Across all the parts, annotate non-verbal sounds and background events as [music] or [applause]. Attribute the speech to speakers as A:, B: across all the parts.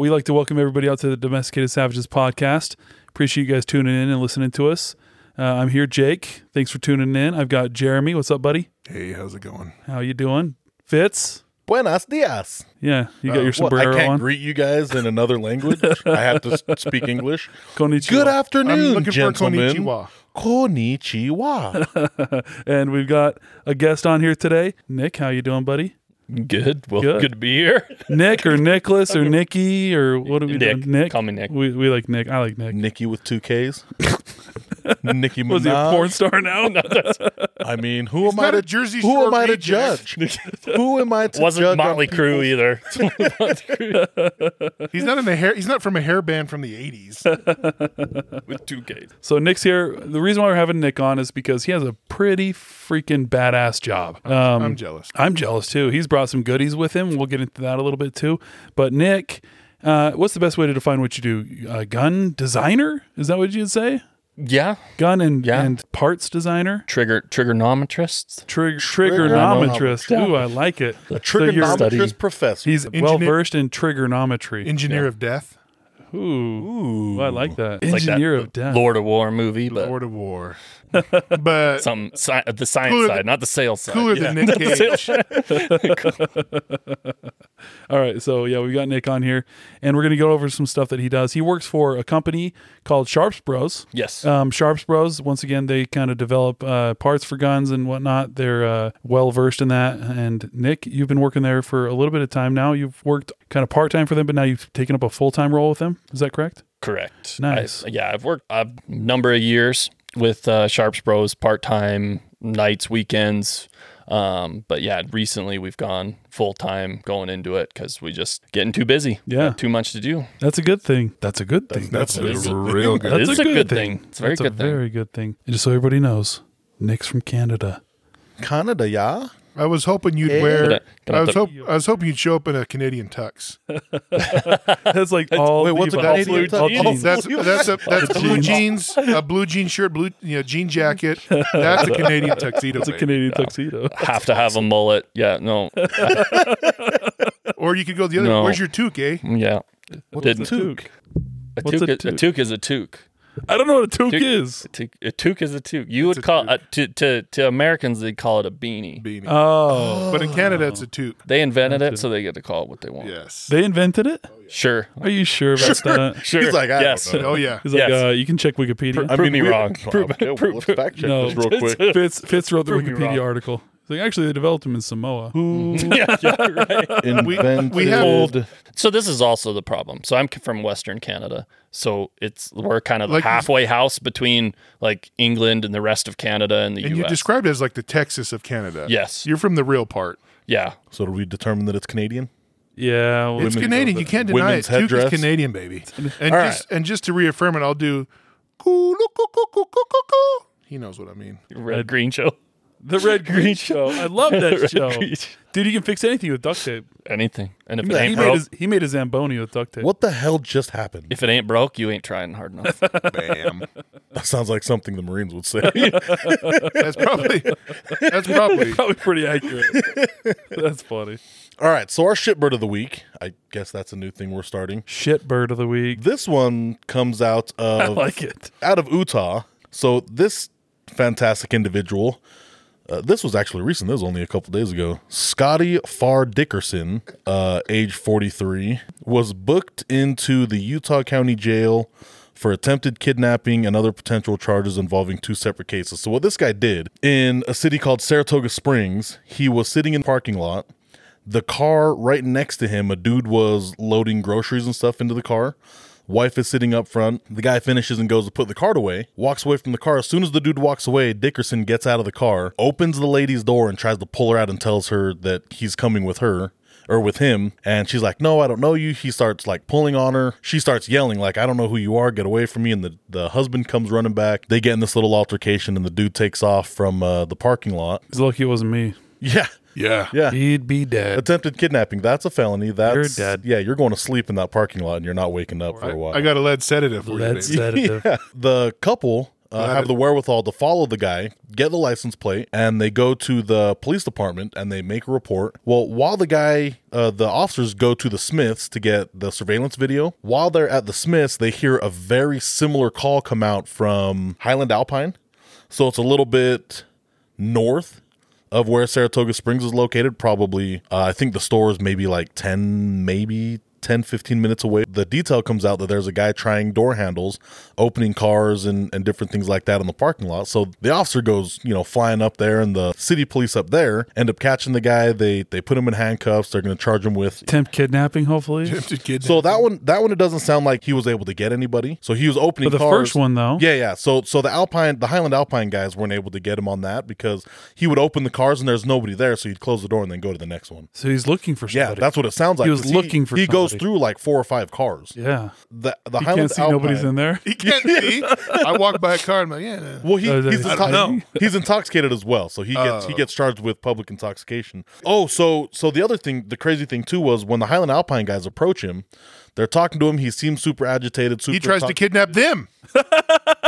A: We like to welcome everybody out to the Domesticated Savages podcast. Appreciate you guys tuning in and listening to us. Uh, I'm here, Jake. Thanks for tuning in. I've got Jeremy. What's up, buddy?
B: Hey, how's it going?
A: How you doing? Fitz?
C: Buenos dias.
A: Yeah, you got your
C: What, I
A: sombrero
C: can't
A: on.
C: greet you guys in another language. I have to s- speak English.
A: Konnichiwa.
C: Good afternoon,
B: I'm looking for a
C: gentlemen.
B: konnichiwa.
C: Konnichiwa.
A: and we've got a guest on here today. Nick, how you doing, buddy?
D: Good. Well,
A: Good.
D: [laughs] good, to be here.
A: Nick or Nicholas or Nikki or what are we
D: Nick.
A: doing? Nick.
D: Call me Nick.
A: We, we like Nick. I like Nick.
C: Nikki with two Ks. Nikki
A: Was he a
C: Minaj.
A: porn star now?
C: I mean, who am I
B: not
C: to
B: a Jersey
C: Who
B: Shore
C: am I to
B: reject.
C: judge? who am I to
D: Wasn't
C: judge? on
D: Motley
C: people?
D: Crue either.
B: He's not in a hair. He's not from a hair band from the '80s.
D: With two Ks.
A: So Nick's here. The reason why we're having Nick on is because he has a pretty freaking badass job. Um,
B: I'm jealous.
A: I'm jealous too. He's brought some goodies with him. We'll get into that a little bit too. But Nick, uh, what's the best way to define what you do? Uh, gun designer? Is that what you'd say?
D: Yeah.
A: Gun and
D: Yeah.
A: and parts designer.
D: Trigger trigonometrist.
A: Trig- trigonometrist. Ooh, I like it. So
C: A
A: you're-
C: trigonometrist
D: Study.
C: professor.
A: he's well versed in trigonometry.
B: Engineer of Death,
A: Ooh, Ooh, I like that.
D: It's
A: Engineer
D: like
A: of
D: that
A: death.
D: Lord of War movie, but
B: Lord of War, but
D: some sci- the science
B: Cooler
D: side,
B: than-
D: not the sales side.
B: cooler than
D: [laughs]
B: Nick Cage.
A: All right, so yeah, we've got Nick on here, and we're gonna go over some stuff that he does. He works for a company called Sharps Bros.
D: Yes.
A: Um, Sharps Bros. Once again, they kind of develop uh, parts for guns and whatnot. They're uh, well versed in that. And Nick, you've been working there for a little bit of time now. You've worked kind of part time for them, but now you've taken up a full time role with them. Is that correct?
D: Correct.
A: Nice.
D: I've, yeah, I've worked a number of years with uh, Sharps Bros, part time, nights, weekends. Um, but yeah, recently we've gone full time going into it because we just getting too busy.
A: Yeah.
D: Got too much to do.
A: That's a good thing. That's a good thing.
B: That's a
D: That's a-
B: real good.
D: It is a good thing. It's a very
A: That's
D: good thing.
A: Very good thing. And just so everybody knows, Nick's from Canada.
C: Canada, yeah.
B: I was hoping you'd
D: Gonna-
B: wear.
D: gonna
B: I was
D: have to-
B: hope. I was hoping you'd show up in a Canadian tux.
A: That's like all.
C: wait, what's a
A: Levi's,
C: Canadian
A: all
D: tux?
A: jeans.
B: That's that's a, that's blue jeans, a blue jean shirt, blue you know, jean jacket. That's a Canadian tuxedo.
A: It's a
B: babe.
A: Canadian tuxedo.
D: have to have a mullet. Yeah, no,
B: Or you could go the other.
D: No.
B: Where's your toque? eh?
D: yeah. Didn't-
A: Toque.
D: A
A: What's a
D: toque, a
A: toque?
D: toque is a toque.
A: I don't know what a toque
D: Toque-
A: is.
D: A toque, a toque is a toque. You would call uh, to to to Americans they call it a beanie.
B: Beanie.
A: Oh,
B: but in Canada, it's a toque.
D: They invented it, so they get to call it what they want.
B: Yes.
A: they invented it.
D: Sure, [laughs]
A: Are you sure about that?
D: sure.
C: He's like, I don't
D: yes.
C: know.
B: oh yeah.
A: He's like,
D: Yes.
A: uh, you can check Wikipedia.
C: I
D: Prove me
C: we-
D: wrong.
C: Okay, well, let's fact check
A: No.
C: this real quick.
A: Fitz, Fitz wrote the
D: Prove me wrong.
A: Wikipedia article. He's like, actually, they developed them in Samoa.
D: yeah, yeah, right.
C: Invented.
B: we have-
D: So this is also the problem. So I'm c- from Western Canada, so it's we're kind of the
B: Like-
D: halfway house between like England and the rest of Canada and the
B: And you
D: U.S.
B: described it as like the Texas of Canada.
D: Yes.
B: You're from the real part.
D: yeah,
C: So do we determine that it's Canadian?
A: Yeah, well,
B: It's Canadian. You can't deny
C: women's
B: it. Duke is
C: headdress.
B: Canadian, baby. And
D: All
B: just and just to reaffirm it, I'll do. "Coo, loo, coo, coo, coo, coo, coo, coo." He knows what I mean.
D: red green show.
A: the Red Green Show. I love that
D: Red
A: show,
D: Green-
A: dude. You can fix anything with duct tape.
D: Anything, and if it
A: He
D: ain't
A: made,
D: broke,
A: his, he made his zamboni with duct tape.
C: What the hell just happened?
D: if it ain't broke, you ain't trying hard enough.
B: Bam.
C: [laughs] That sounds like something the Marines would say. [laughs]
B: That's probably. That's
A: [laughs]
B: probably.
A: Probably pretty accurate. That's funny.
C: All right, so our shitbird of the week. I guess that's a new thing we're starting.
A: Shit bird of the week.
C: This one comes out
A: [laughs] I
C: of
A: like it.
C: out of Utah. So this fantastic individual. Uh, this was actually recent. This was only a couple days ago. Scotty Farr Dickerson, uh, age 43, was booked into the Utah County Jail for attempted kidnapping and other potential charges involving two separate cases. So, what this guy did in a city called Saratoga Springs, he was sitting in a parking lot the car right next to him, a dude was loading groceries and stuff into the car. Wife is sitting up front. The guy finishes and goes to put the cart away, walks away from the car. As soon as the dude walks away, Dickerson gets out of the car, opens the lady's door, and tries to pull her out and tells her that he's coming with her or with him. And she's like, No, I don't know you. He starts like pulling on her. She starts yelling, like, I don't know who you are. Get away from me. And the, the husband comes running back. They get in this little altercation, and the dude takes off from uh, the parking lot. [laughs]
A: He's lucky it wasn't me.
C: Yeah.
B: Yeah.
C: Yeah
A: He'd be dead.
C: attempted kidnapping that's a felony that's
A: You're dead.
C: yeah you're going to sleep in that parking lot and you're not waking up for a while [laughs]
B: [laughs] I got a lead sedative for you.
A: Lead
B: Baby.
A: sedative.
C: the couple uh, have the wherewithal to follow the guy, get the license plate, and they go to the police department and they make a report. Well, while the guy, uh, the officers go to the Smiths to get the surveillance video, while they're at the Smiths, they hear a very similar call come out from Highland Alpine. So it's a little bit north of where Saratoga Springs is located. Probably, uh, I think the store is maybe like 10, maybe 10, 15 minutes away. The detail comes out that there's a guy trying door handles, opening cars, and, and different things like that in the parking lot. So the officer goes, you know, flying up there, and the city police up there end up catching the guy. They, they put him in handcuffs. They're going to charge him with
A: Attempt kidnapping, hopefully.
B: Kid.
C: so that one, that one, it doesn't sound like he was able to get anybody. So he was opening.
A: But the
C: cars.
A: first one, though.
C: yeah, yeah. So, so the Alpine, the Highland Alpine guys weren't able to get him on that because he would open the cars and there's nobody there, so he'd close the door and then go to the next one.
A: So he's looking for
C: Yeah,
A: somebody.
C: that's what it sounds like.
A: He was
C: 'cause
A: looking for
C: He goes
A: somebody.
C: through like four or five cars.
A: yeah.
C: The the
A: He
C: Highland
A: can't see
C: Alpine.
A: nobody's in there.
B: He can't see. I walk by a car. I'm like, yeah. nah.
C: Well, he,
A: Oh, is that
C: he's,
A: his
C: intox-
A: hiding?
C: [laughs] he's intoxicated as well, so he gets
A: Oh.
C: he gets charged with public intoxication. Oh, so so the other thing, the crazy thing too, was when the Highland Alpine guys approach him, they're talking to him. He seems super agitated. Super
B: He tries to
C: intox-
B: kidnap them.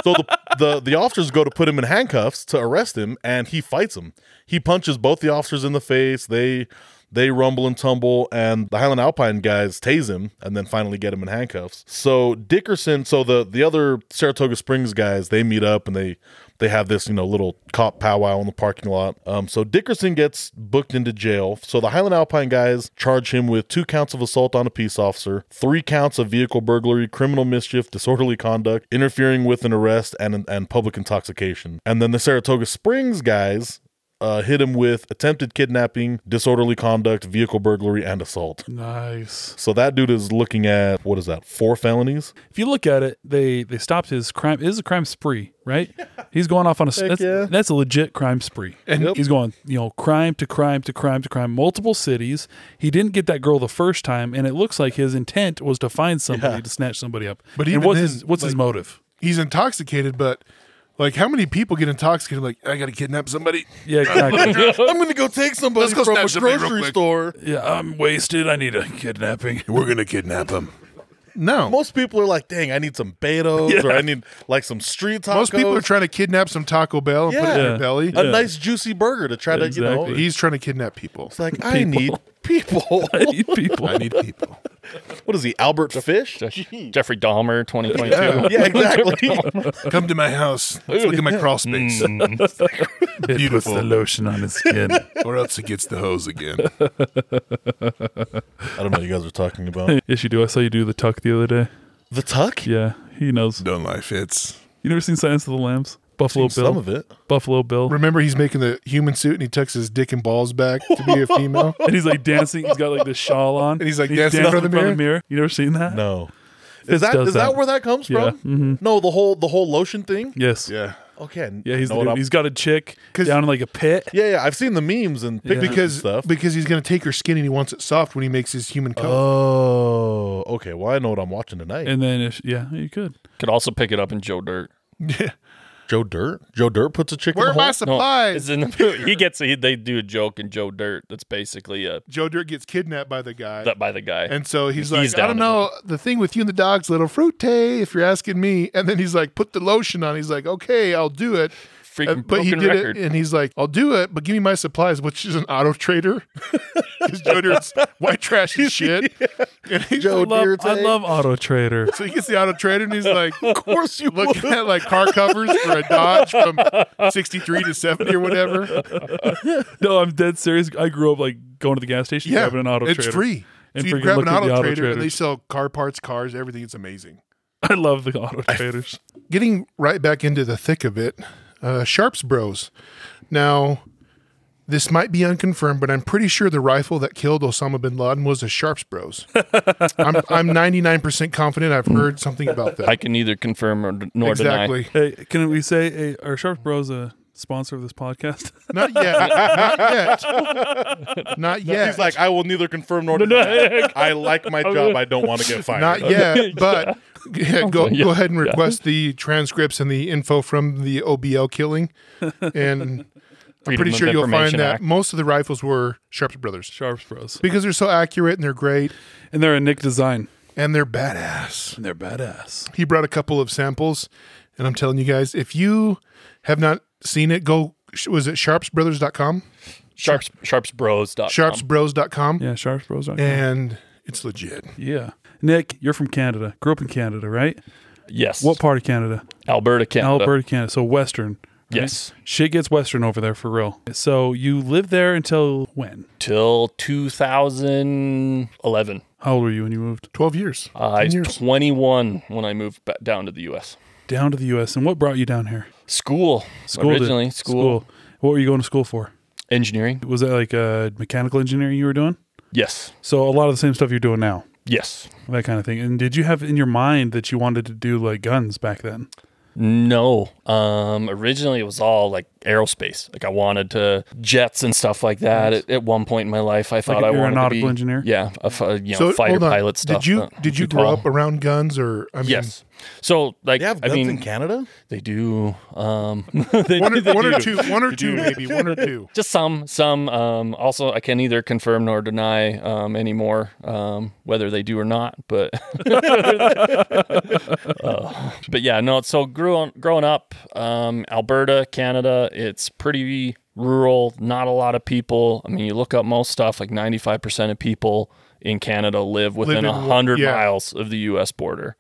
C: So the, the the officers go to put him in handcuffs to arrest him, and he fights him. He punches both the officers in the face. They they rumble and tumble, and the Highland Alpine guys tase him, and then finally get him in handcuffs. So Dickerson, so the the other Saratoga Springs guys, they meet up and they they have this you know little cop powwow in the parking lot. Um, so Dickerson gets booked into jail. So the Highland Alpine guys charge him with two counts of assault on a peace officer, three counts of vehicle burglary, criminal mischief, disorderly conduct, interfering with an arrest, and and public intoxication. And then the Saratoga Springs guys. Uh, hit him with attempted kidnapping, disorderly conduct, vehicle burglary, and assault.
A: Nice.
C: So that dude is looking at what is that? Four felonies.
A: If you look at it, they they stopped his crime. It is a crime spree, right? He's going off on a that's,
C: yeah.
A: that's a legit crime spree. And he's going, you know, crime to crime to crime to crime, multiple cities. He didn't get that girl the first time, and it looks like his intent was to find somebody to snatch somebody up.
B: But
A: and
B: even
A: what's
B: then,
A: his what's his
B: like-
A: motive?
B: He's intoxicated, but like, how many people get intoxicated? Like, I got to kidnap somebody.
A: Yeah, exactly.
B: [laughs]
C: I'm gonna go take somebody
B: Let's go
C: from a
B: snatch somebody real
C: grocery
B: quick.
C: store.
A: yeah, I'm wasted. I need a kidnapping. [laughs]
B: We're gonna kidnap him. No, most,
C: Most people are like, dang, I need some Betos or I need like some street tacos.
B: people are trying to kidnap some Taco Bell and put it in
C: Yeah.
B: their belly.
C: a nice juicy burger to try to, you know.
A: Exactly.
B: He's trying to kidnap people.
C: It's like, I need people.
A: I need people.
B: [laughs] I need people.
C: [laughs] what is he, Albert Fish?
D: Jeffrey Dahmer, 2022. [laughs]
C: Yeah, exactly.
B: Come to my house. Let's look at my crawl space,
A: It puts the lotion on his skin.
B: [laughs] or else it gets the hose again.
C: I don't know what you guys are talking
A: [laughs]
C: about.
A: yes, you do. I saw you do the tuck the other day.
C: The Tuck?
A: Yeah, he knows.
B: Don't lie, Fitz.
A: You never seen Science of the Lambs? Buffalo Bill.
C: Some of it.
A: Buffalo Bill.
B: Remember, he's making the human suit and he tucks his dick and balls back to be a female.
A: and he's like dancing. He's got like this shawl on, and
B: he's, like, dancing in front of the
A: You never seen that?
C: No.
A: Fitz
C: Is that
A: does
C: is that.
A: that.
C: where that comes
A: Yeah,
C: from? No, the whole the whole lotion thing.
A: Yes.
B: [laughs] Yeah,
C: Okay. I
A: Yeah. He's
C: know
A: the
C: what
A: dude.
C: I'm-
A: he's got a chick
B: 'Cause-
A: down in like a pit.
C: yeah, yeah. I've seen the memes and pictures
B: because
C: and stuff.
B: because he's gonna take her skin and he wants it soft when he makes his human coat.
C: oh, okay. Well, I know what I'm watching tonight.
A: And then if yeah, you could.
D: Could also pick it up in Joe Dirt.
C: Joe Dirt. Joe Dirt puts a chick
B: Where
C: in
B: are
C: the hole.
B: my
D: No,
B: supplies?
D: it's in the, he gets he, they do a joke in Joe Dirt that's basically a
B: Joe Dirt gets kidnapped by the guy.
D: that by the guy.
B: And so he's,
D: He's
B: like, I don't
D: down to
B: know. The thing with you and the dog's a little fruite, if you're asking me. And then he's like, put the lotion on. He's like, okay, I'll do it.
D: Freaking
B: And- but he
D: broken
B: did
D: record.
B: it, and he's like, "I'll do it, but give me my supplies," which is an auto trader. [laughs] Because Joe Dirt's white trash and
A: [laughs]
B: shit. [laughs] And he's
C: Joe
B: like,
A: Love-
C: Dirt.
A: I love Auto Trader.
B: so he gets the auto trader, and he's like,
C: Of course you look.
B: looking at like car covers for a Dodge from '63 to '70
A: [laughs]
B: or whatever.
A: no, I'm dead serious. I grew up like going to the gas station,
B: Yeah,
A: grabbing an Auto
B: it's
A: Trader.
B: free.
A: And
B: so you
A: freaking
B: grab
A: look
B: an
A: at the
B: auto,
A: Auto
B: trader, and they
A: Traders.
B: sell car parts, cars, everything. It's amazing.
A: [laughs] I love the Auto Traders.
B: getting right back into the thick of it, uh, Sharps Bros. Now, this might be unconfirmed, but I'm pretty sure the rifle that killed Osama bin Laden was a Sharps Bros. I'm, I'm 99% confident I've heard something about that.
D: I can neither confirm or, nor deny.
B: exactly.
A: hey, can we say hey, are Sharp Bros a sponsor of this podcast? [laughs]
B: Not yet. Not yet. Not yet.
C: He's like, I will neither confirm nor deny. I like my job. I don't want to get fired.
B: not yet,
C: [laughs]
B: but yeah,
D: [laughs]
B: go go ahead and request the transcripts and the info from the OBL killing,
C: [laughs]
B: and I'm
D: Freedom
B: pretty
D: of
B: sure you'll find
D: Information
B: that
D: Act.
B: most of the rifles were Sharps Brothers.
A: Sharps Bros.
B: because they're so accurate and they're great
A: And they're a Nick design.
B: and they're badass.
A: And they're badass.
B: He brought a couple of samples And I'm telling you guys, if you have not seen it, go. Was it sharpsbrothers.com?
D: Sharps sharpsbros.com.
B: Sharpsbros.com.
A: Yeah, Sharps Bros.
B: And it's legit.
A: Yeah. Nick, you're from Canada. Grew up in Canada, right?
D: Yes.
A: What part of Canada?
D: Alberta, Canada.
A: Alberta, Canada. So Western. right?
D: Yes.
A: Shit gets Western over there for real. So you lived there until when?
D: Till 2011.
A: How old were you when you moved
B: 12 years.
D: Uh, I
B: 10
D: was
B: years.
D: 21 when I moved back down to the U.S.
A: down to the U.S. and what brought you down here?
D: School.
A: did-
D: Originally, school.
A: What were you going to school for?
D: Engineering.
A: Was that like uh, mechanical engineering you were doing?
D: Yes.
A: So a lot of the same stuff you're doing now,
D: Yes.
A: that kind of thing. And did you have in your mind that you wanted to do like guns back then?
D: No. Um, originally, it was all like aerospace. Like I wanted to jets and stuff like that. At, at one point in my life, I thought
A: an
D: I wanted to
A: aeronautical
D: be
A: engineer?
D: Yeah, a fi- you know, fighter
B: hold on.
D: pilot stuff.
B: Did you
D: but
B: did you
D: too
B: grow
D: tall.
B: up around guns or I mean
D: Yes. So like
C: They have
D: I
C: guns in
D: mean
C: Canada?
D: they do um [laughs] they
B: one
D: do-
B: or,
D: they
B: one or
D: do.
B: two one or two maybe one
D: [laughs]
B: or two.
D: just some some um also I can neither confirm nor deny um anymore um whether they do or not but [laughs] Uh, but yeah no so grew on, growing up um Alberta Canada it's pretty rural not a lot of people I mean you look up most stuff like 95% of people in Canada live within
B: in
D: a
B: one-
D: 100
B: yeah.
D: miles of the US border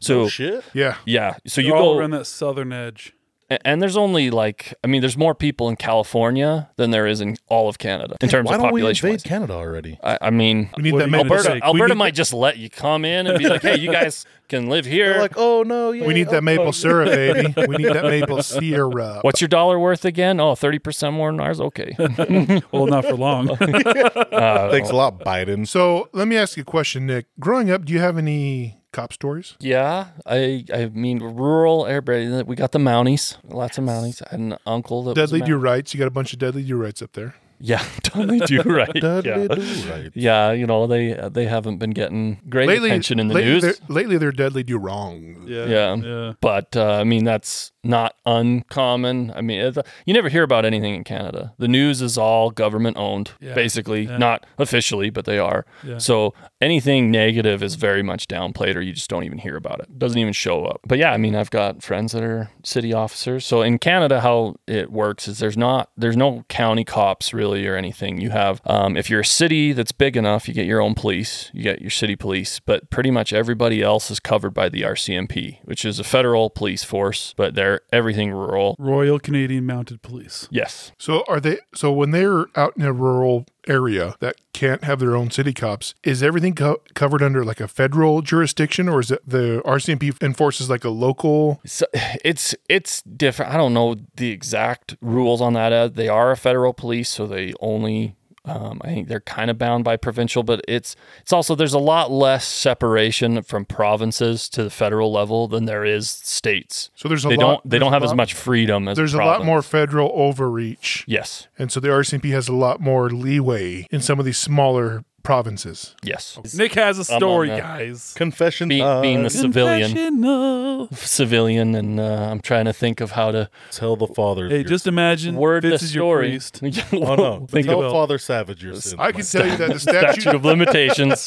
D: so
C: Oh, Shit.
B: Yeah.
D: yeah so you
A: You're all
D: go
A: around that southern edge.
D: a- and there's only like I mean, there's more people in California than there is in all of Canada in terms
C: Why
D: of
C: don't we
D: population.
C: invade Canada already?
D: I, I mean,
B: We need
A: What
B: that
A: do you
B: many
A: mean?
D: Alberta,
A: We
D: Alberta
B: need-
D: might just let you come in and be like, "Hey, you guys
C: [laughs]
D: can live here."
C: They're like, oh no, yeah.
B: we need that maple syrup, baby. We need that maple syrup.
D: What's your dollar worth again? Oh, 30% more than ours? Okay.
C: [laughs]
A: Well, not for long. [laughs]
D: [laughs]
C: Thanks a lot, Biden.
B: So let me ask you a question, Nick. Growing up, do you have any cop stories?
D: yeah. I I mean, rural area. We got the Mounties, lots of Mounties. I had an uncle that
B: Deadly
D: was.
B: do
D: a Mount-
B: rights. You got a bunch of deadly do rights up there.
D: Yeah. [laughs] Dudley
B: [laughs]
D: Do, right.
C: Dudley
D: yeah.
C: do right.
D: yeah. You know, they they haven't been getting great attention in the
B: lately
D: news.
B: They're, lately they're deadly do wrong.
D: Yeah.
A: Yeah.
D: But uh, I mean, that's not uncommon. I mean, it, you never hear about anything in Canada. The news is all government owned,
A: Yeah.
D: basically,
A: Yeah.
D: not officially, but they are.
A: Yeah.
D: So anything negative is very much downplayed, or you just don't even hear about it. Doesn't even show up. But yeah, I mean, I've got friends that are city officers. So in Canada, how it works is there's not there's no county cops really or anything. You have um, if you're a city that's big enough, you get your own police, you get your city police, but pretty much everybody else is covered by the RCMP, which is a federal police force, but they're everything rural.
A: Royal Canadian Mounted Police.
D: Yes.
B: So are they? So when they're out in a rural area that can't have their own city cops, is everything co- covered under like a federal jurisdiction, or is it the RCMP enforces like a local?
D: So [sighs] it's it's different. I don't know the exact rules on that. Uh, They are a federal police, so they only. Um, I think they're kind of bound by provincial, but it's it's also there's a lot less separation from provinces to the federal level than there is states.
B: So there's a
D: they
B: lot.
D: don't they
B: there's
D: don't
B: a
D: have as
B: lot-
D: much freedom as
B: There's a lot
D: province.
B: more federal overreach,
D: Yes,
B: and so the RCMP has a lot more leeway in some of these smaller provinces.
D: yes.
A: Nick has a story,
D: that.
A: guys.
C: Confession
D: Be,
C: time.
D: being the civilian,
A: Confessional.
D: civilian, and uh, I'm trying to think of how to
C: Tell the father.
A: Hey, just imagine
D: word
A: Fitz
D: the
A: is your
D: story. [laughs]
A: priest.
C: Oh no!
A: Think
C: Tell
A: about-
C: Father Savage your sin.
B: I can tell you that the statute
D: [laughs] Statute of limitations,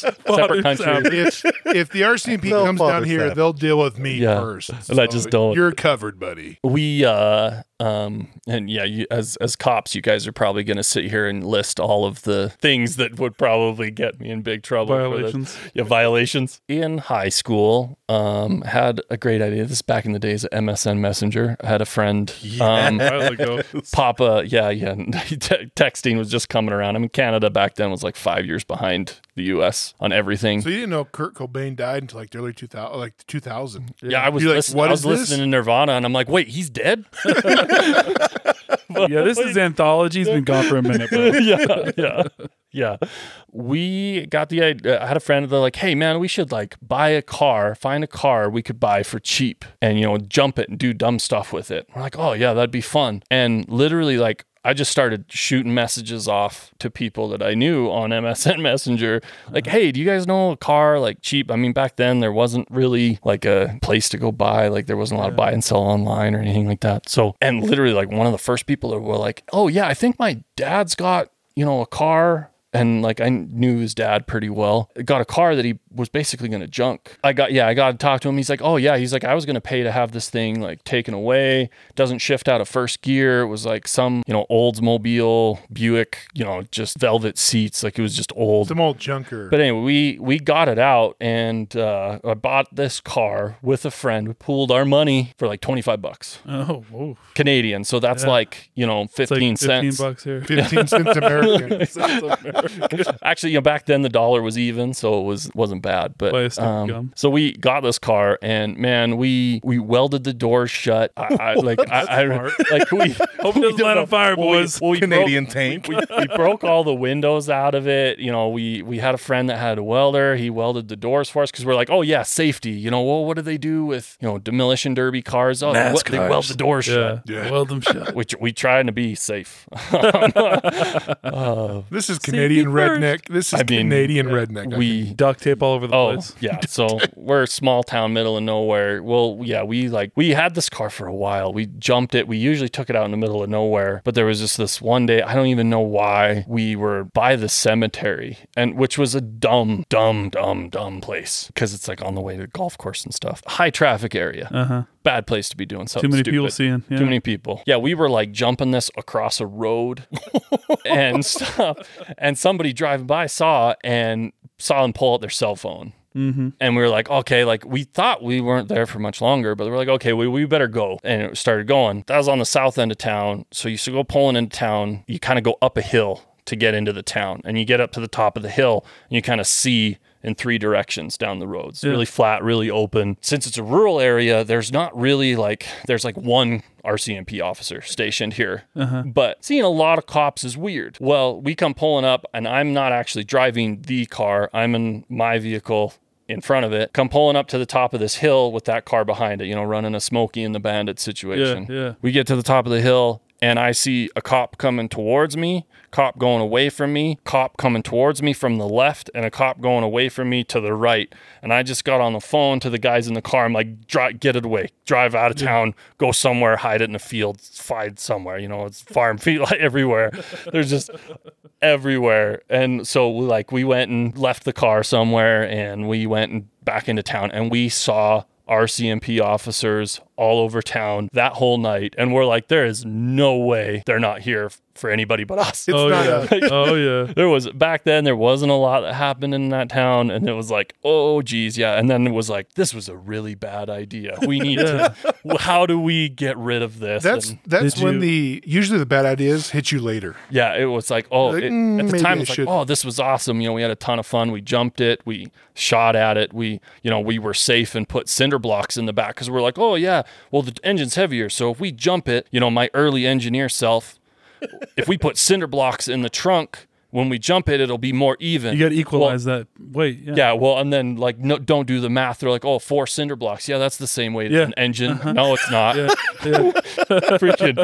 B: [laughs]
A: Father
D: separate country.
A: Savage.
B: if if the RCMP
C: They'll
B: comes
C: father
B: down here,
C: Savage.
B: they'll deal with me
D: Yeah.
B: first.
D: [laughs] And I just don't.
B: You're covered, buddy.
D: we uh um and yeah you as as cops you guys are probably going to sit here and list all of the things that would probably get me in big trouble for this.
A: Violations.
D: yeah violations in high school um had a great idea this is back in the days of msn messenger i had a friend um
A: A while ago.
D: [laughs] Papa, yeah, yeah. [laughs] Te- texting was just coming around. I mean, Canada back then was like five years behind the U.S. on everything.
B: So you didn't know Kurt Cobain died until like the early 2000, like 2000.
D: yeah, I was,
B: You're like,
D: listen-
B: "What
D: I
B: is
D: was
B: this?"
D: listening to Nirvana, and I'm like, wait, he's dead. [laughs]
A: yeah, this is anthology. has been gone for a minute, bro.
D: [laughs] yeah, yeah, yeah. We got the idea. I uh, had a friend that like, hey man, we should like buy a car, find a car we could buy for cheap, and you know jump it and do dumb stuff with it. We're like, oh yeah, that'd be fun. And literally like. I just started shooting messages off to people that I knew on [laughs] MSN Messenger. Like, hey, do you guys know a car like cheap? I mean, back then there wasn't really like a place to go buy. Like, there wasn't a lot of buy and sell online or anything like that. So, and literally, like, one of the first people that were like, oh, yeah, I think my dad's got you know, a car and like I knew his dad pretty well. Got a car that he was basically going to junk. I got yeah, I got to talk to him. He's like, "Oh yeah, he's like I was going to pay to have this thing like taken away. Doesn't shift out of first gear. It was like some, you know, Oldsmobile Buick, you know, just velvet seats, like it was just old.
B: Some old junker.
D: But [laughs] anyway, we we got it out, and uh, I bought this car with a friend. We pooled our money for like twenty five bucks
A: Oh, whoa.
D: Canadian, so that's like you know
A: It's like
D: fifteen,
A: 15
D: cents.
A: bucks here.
B: 15 cents
D: [laughs]
B: American.
D: Actually, you know, back then the dollar was even, so it was wasn't bad. But
A: Buy a stick of
D: um,
A: gum.
D: so we got this car, and man, we we welded the doors shut. I,
A: [laughs]
D: I like I, I [laughs] like we
A: Hope it doesn't light on fire,
D: well, we-
A: boys.
D: well, we broke-
C: Canadian tank.
D: we, [laughs] we broke all the windows out of it. You know, we we had a friend that had a welder. He welded the doors for us because we're like, oh yeah, safety. You know, well, what do they do with you know demolition derby cars? Oh, they, wel- they weld the doors
A: Yeah.
D: shut.
B: Yeah.
A: Weld them
D: [laughs]
A: shut.
D: Which we trying to be safe.
B: [laughs] This is Canadian
A: first.
B: redneck. This is
D: I mean, uh,
B: Canadian redneck. I think.
D: [laughs] we
A: Duct tape all over the
D: Oh
A: place. [laughs]
D: yeah, so we're a small town, middle of nowhere. Well, yeah, we like we had this car for a while. We jumped it. We usually took it out in the middle of nowhere, but there was just this one day. I don't even know why we were by the cemetery, and which was a dumb, dumb, dumb, dumb place because it's like on the way to the golf course and stuff. High traffic area.
A: Uh huh.
D: Bad place to be doing something.
A: Too many people
D: stupid.
A: seeing. Yeah.
D: Too many people. Yeah, we were like jumping this across a road and [laughs] stuff. And somebody driving by saw and saw them pull out their cell phone. Mm-hmm. And we were like, okay, like we thought we weren't there for much longer, but we are like, okay, we, we better go. And it started going. That was on the south end of town. So you should go pulling into town. You kind of go up a hill to get into the town. And you get up to the top of the hill and you kind of see in three directions down the road. It's really flat, really open. Since it's a rural area, there's not really like there's like one RCMP officer stationed here. But seeing a lot of cops is weird. Well, we come pulling up and I'm not actually driving the car. I'm in my vehicle in front of it. Come pulling up to the top of this hill with that car behind it, you know, running a Smokey and the Bandit situation.
A: yeah.
D: We get to the top of the hill and I see a cop coming towards me, cop going away from me, cop coming towards me from the left, and a cop going away from me to the right. And I just got on the phone to the guys in the car. I'm like, Dri get it away, drive out of town, go somewhere, hide it in a field, find somewhere. You know, it's farm [laughs] field like, everywhere. There's just everywhere. And so we like we went and left the car somewhere, and we went and back into town, and we saw RCMP officers all over town that whole night. And we're like, there is no way they're not here f- for anybody but us. [laughs]
B: It's
A: Oh
B: not
A: yeah.
B: a-
A: oh yeah.
D: There was back then there wasn't a lot that happened in that town and it was like, oh geez, yeah. And then it was like, this was a really bad idea. We need to how do we get rid of
B: [laughs]
D: this?
B: that's
D: And
B: that's
A: Did
B: when
A: you-
B: the usually the bad ideas hit you later.
D: yeah, it was like, oh
B: Like,
D: it-
B: mm,
D: at the
B: maybe
D: time
B: I
D: it was
B: should.
D: like, oh, this was awesome. You know, we had a ton of fun. We jumped it, we shot at it, we you know, we were safe and put cinder blocks in the back because we're like, oh yeah, well the engine's heavier. So if we jump it, you know, my early engineer self if we put cinder blocks in the trunk when we jump it, it'll be more even.
A: You
D: [laughs]
A: got to equalize that weight. Yeah.
D: Yeah, well, and then like no, don't do the math. They're like, oh, four cinder blocks. Yeah, that's the same weight
A: Yeah.
D: as an engine.
B: Uh-huh.
D: No, it's not.
B: [laughs]
A: Yeah.
D: Freaking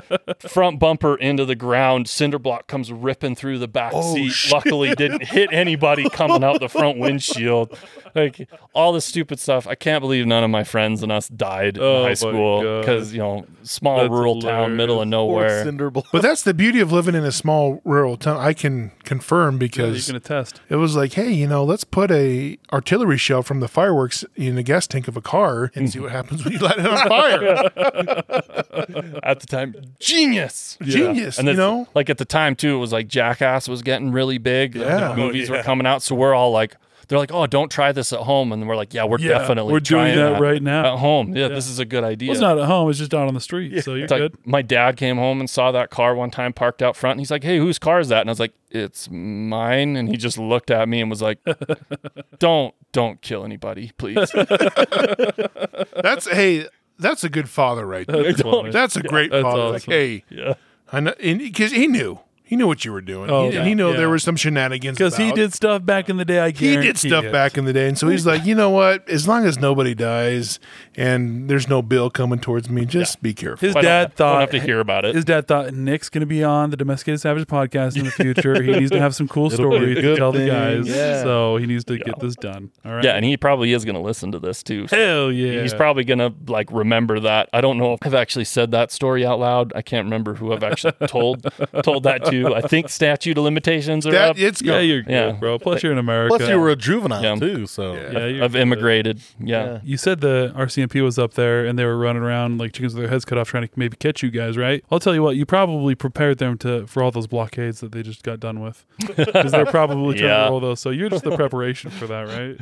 D: front bumper into the ground. Cinder block comes ripping through the back
A: Oh,
D: seat. Luckily, didn't hit anybody coming out the front windshield. Like all this stupid stuff. I can't believe none of my friends and us died
A: Oh,
D: in
A: my
D: high school
A: God.
D: because you know small
A: That's
D: rural town,
A: hilarious.
D: middle
C: [laughs]
D: of
C: Or
D: nowhere.
C: cinder block.
B: But that's the beauty of living in a small rural town. I can confirm
A: You
B: because
A: can attest.
B: it was like, hey, you know, let's put a artillery shell from the fireworks in the gas tank of a car and see what happens when you light
A: [laughs]
B: it on fire.
D: at the time genius
B: Genius,
D: and
B: you
D: that's-
B: know?
D: like at the time too it was like jackass was getting really big like,
B: Yeah.
A: Oh,
D: the movies were coming out so we're all like they're like oh don't try this at home and we're like yeah we're
A: Yeah,
D: definitely
A: we're doing
D: trying
A: that right now.
D: at home yeah, this is a good idea
A: Well, it's not at home. It's just out on the street. So you're
D: It's like
A: good.
D: my dad came home and saw that car one time parked out front and he's like hey whose car is that and i was like it's mine and he just looked at me and
A: [laughs]
D: was like don't don't kill anybody please
B: That's hey, that's a good father right there.
A: funny.
B: That's a great
A: that's
B: father.
A: awesome.
B: Like, hey,
D: yeah
B: I know, because he knew, he knew what you were doing,
A: Oh,
B: He- and he
A: yeah,
B: knew
A: yeah.
B: there was some shenanigans
A: Because he
B: about.
A: did stuff back in the day. I
B: He
A: guarantee
B: did stuff
A: it.
B: back in the day, and so he's like, you know what? As long as nobody dies and there's no bill coming towards me, just be careful.
A: His
D: I don't-
A: dad
D: I don't
A: thought
D: have to hear about it
A: His dad thought Nick's going to be on the Domesticated Savage podcast in the future. he needs to have some cool
C: [laughs] It'll be a
A: stories to
C: good
A: tell the
C: thing.
A: guys.
C: Yeah.
A: So he needs to get this done. All right.
D: yeah and he probably is going to listen to this too so-
A: Hell yeah.
D: He's probably gonna like remember
A: [laughs]
D: that. I don't know if I've actually said that story out loud. I can't remember who I've actually told told that to. statute. I think statute of limitations are
B: That
D: up.
B: it's
A: Yeah,
B: gone.
A: you're
D: Yeah.
A: good, bro. Plus, you're in America.
C: Plus, you were a juvenile
D: Yeah.
C: too, so
A: Yeah, you're
D: I've
A: good.
D: immigrated. Yeah.
A: You said the RCMP was up there and they were running around like chickens with their heads cut off, trying to maybe catch you guys, right? I'll tell you what, you probably prepared them to for all those blockades that they just got done with, because they're probably trying
D: Yeah.
A: to roll those. So you're just the preparation for that, right?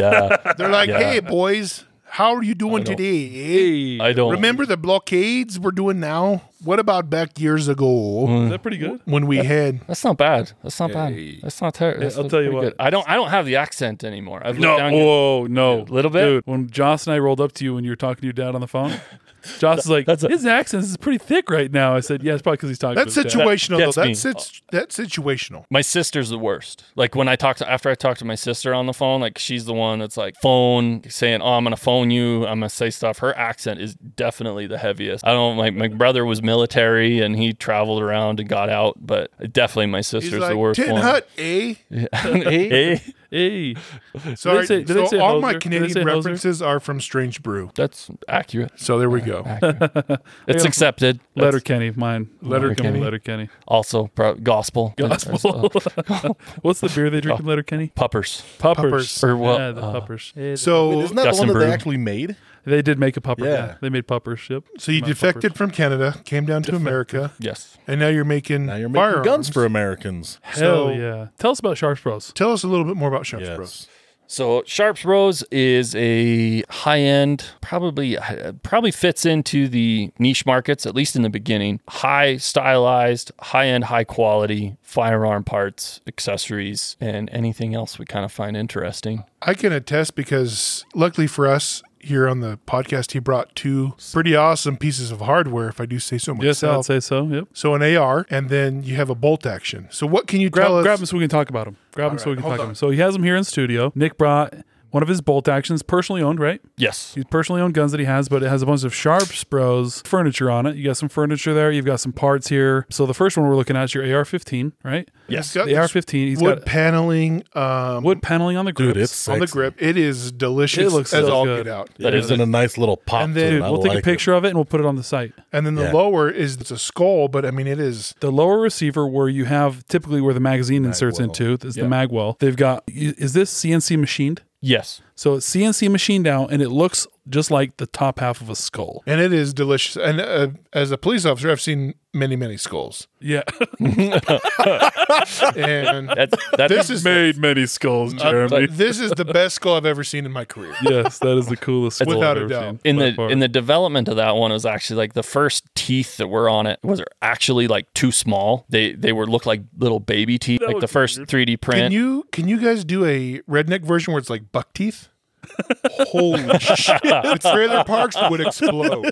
D: Yeah.
B: They're like,
D: Yeah.
B: hey, boys, how are you doing
D: don't-
B: today? eh?
A: Hey, [laughs]
D: I don't
B: Remember the blockades we're doing now? What about back years ago
D: Mm.
A: is that pretty good?
B: when we had
D: That's not bad. That's not bad. That's not terrible.
A: I'll tell you what.
D: I don't. I don't have the accent anymore. I've
A: No,
D: looked down
B: Oh.
D: your-
A: whoa, no,
D: Little bit?
A: Dude, when Joss and I rolled up to you when you were talking to your dad on the
D: [laughs]
A: phone, Joss is like,
D: that's a-
A: his accent is pretty thick right now. I said, yeah, it's probably because he's talking.
B: that's
A: to his dad.
B: situational
D: that's
B: though.
D: me.
B: That's sit- that's situational.
D: My sister's the worst. Like when I talked to, after I talked to my sister on the phone, like she's the one that's like phone saying, "Oh, I'm gonna phone you. I'm gonna say stuff." Her accent is definitely the heaviest. I don't like. My brother was military and he traveled around and got out, but definitely my
B: He's
D: sister's the
B: like
D: worst
B: tin
D: one. [laughs]
B: hut, eh?
D: Eh?
A: Hey,
B: Sorry.
A: say- did they
B: so
A: say
B: all
A: hoser?
B: my
A: Did they say hoser?
B: Canadian references are from Strange Brew.
D: That's
A: [laughs]
D: accurate.
B: So there we go.
D: It's accepted.
A: Letter
D: That's
A: Kenny, mine. Letter Kenny,
D: Letterkenny.
A: Letter Kenny.
D: also pro- gospel. Gospel.
A: [laughs] What's the beer they drink in Letter Kenny?
D: Puppers.
A: Puppers.
D: Or what?
A: Yeah, the
D: uh,
A: puppers.
B: So
C: isn't that the one
D: Dustin
C: that
D: Brew.
C: they actually made?
A: They did make a pupper. Yeah.
C: Yeah.
A: They made puppers. Yep.
B: so you
A: Not
B: defected from Canada, came down to America,
D: Yes.
B: and now you're making
C: Now you're making
B: firearms.
C: guns for Americans.
A: puppers.
B: So-
A: Hell yeah. Tell us about Sharps Bros.
B: Tell us a little bit more about Sharps
C: Yes.
B: Bros.
D: So Sharps Rose is a high end, probably probably fits into the niche markets at least in the beginning. High stylized, high end, high quality firearm parts, accessories, and anything else we kind of find interesting.
B: I can attest because luckily for us here on the podcast, he brought two pretty awesome pieces of hardware, if I do say so
A: Yes, I'd
B: myself.
A: say so. Yep.
B: so an AR, and then you have a bolt action. So what can you tell
A: Grab,
B: us?
A: grab him so we can talk about him. Grab him so we
B: right,
A: can
B: hold
A: talk about
B: on.
A: him. So he has him here in studio. Nick brought one of his bolt actions, personally owned, right?
D: Yes.
A: He's personally owned guns that he has, but it has a bunch of Sharps Bros furniture on it. You got some furniture there. You've got some parts here. So the first one we're looking at is your AR-15, right?
B: He's
D: Yes.
B: got
A: The
B: this
A: AR-15. He's
B: wood
A: got
B: paneling um,
A: wood paneling on the grips.
C: Dude, it's
B: on the
C: sexy.
B: grip. It is delicious
A: It looks
B: as
A: so
B: all
A: good.
B: get out.
D: That
C: It is
D: is
C: in a nice little pop.
B: And then-
A: Dude, we'll take a picture of it and we'll put it on the site.
B: And then the
C: Yeah.
B: lower is it's a skull, but I mean it is
A: the lower receiver where you have typically where the magazine inserts
C: well.
A: into is the mag well. They've got is this CNC machined?
D: Yes.
A: So it's CNC machined out and it looks just like the top half of a skull.
B: and it is delicious. And uh, as a police officer, I've seen many
A: [laughs]
B: many skulls.
A: Yeah.
B: And [laughs]
D: That's that's
B: this is
A: Made many skulls, Jeremy.
B: this is the best skull I've ever seen in my career.
A: yes, that is the coolest skull
B: Without
A: I've
B: a
A: ever seen.
B: doubt.
D: in
A: by
D: the
A: [laughs] far.
D: in the development of that one it was actually like the first teeth that were on it was actually like too small. They they were looked like little baby teeth, like the first 3D
B: Can
D: print.
B: you can you guys do a redneck version where it's like buck
A: [laughs]
B: teeth? Holy shit! [laughs] The trailer parks would explode.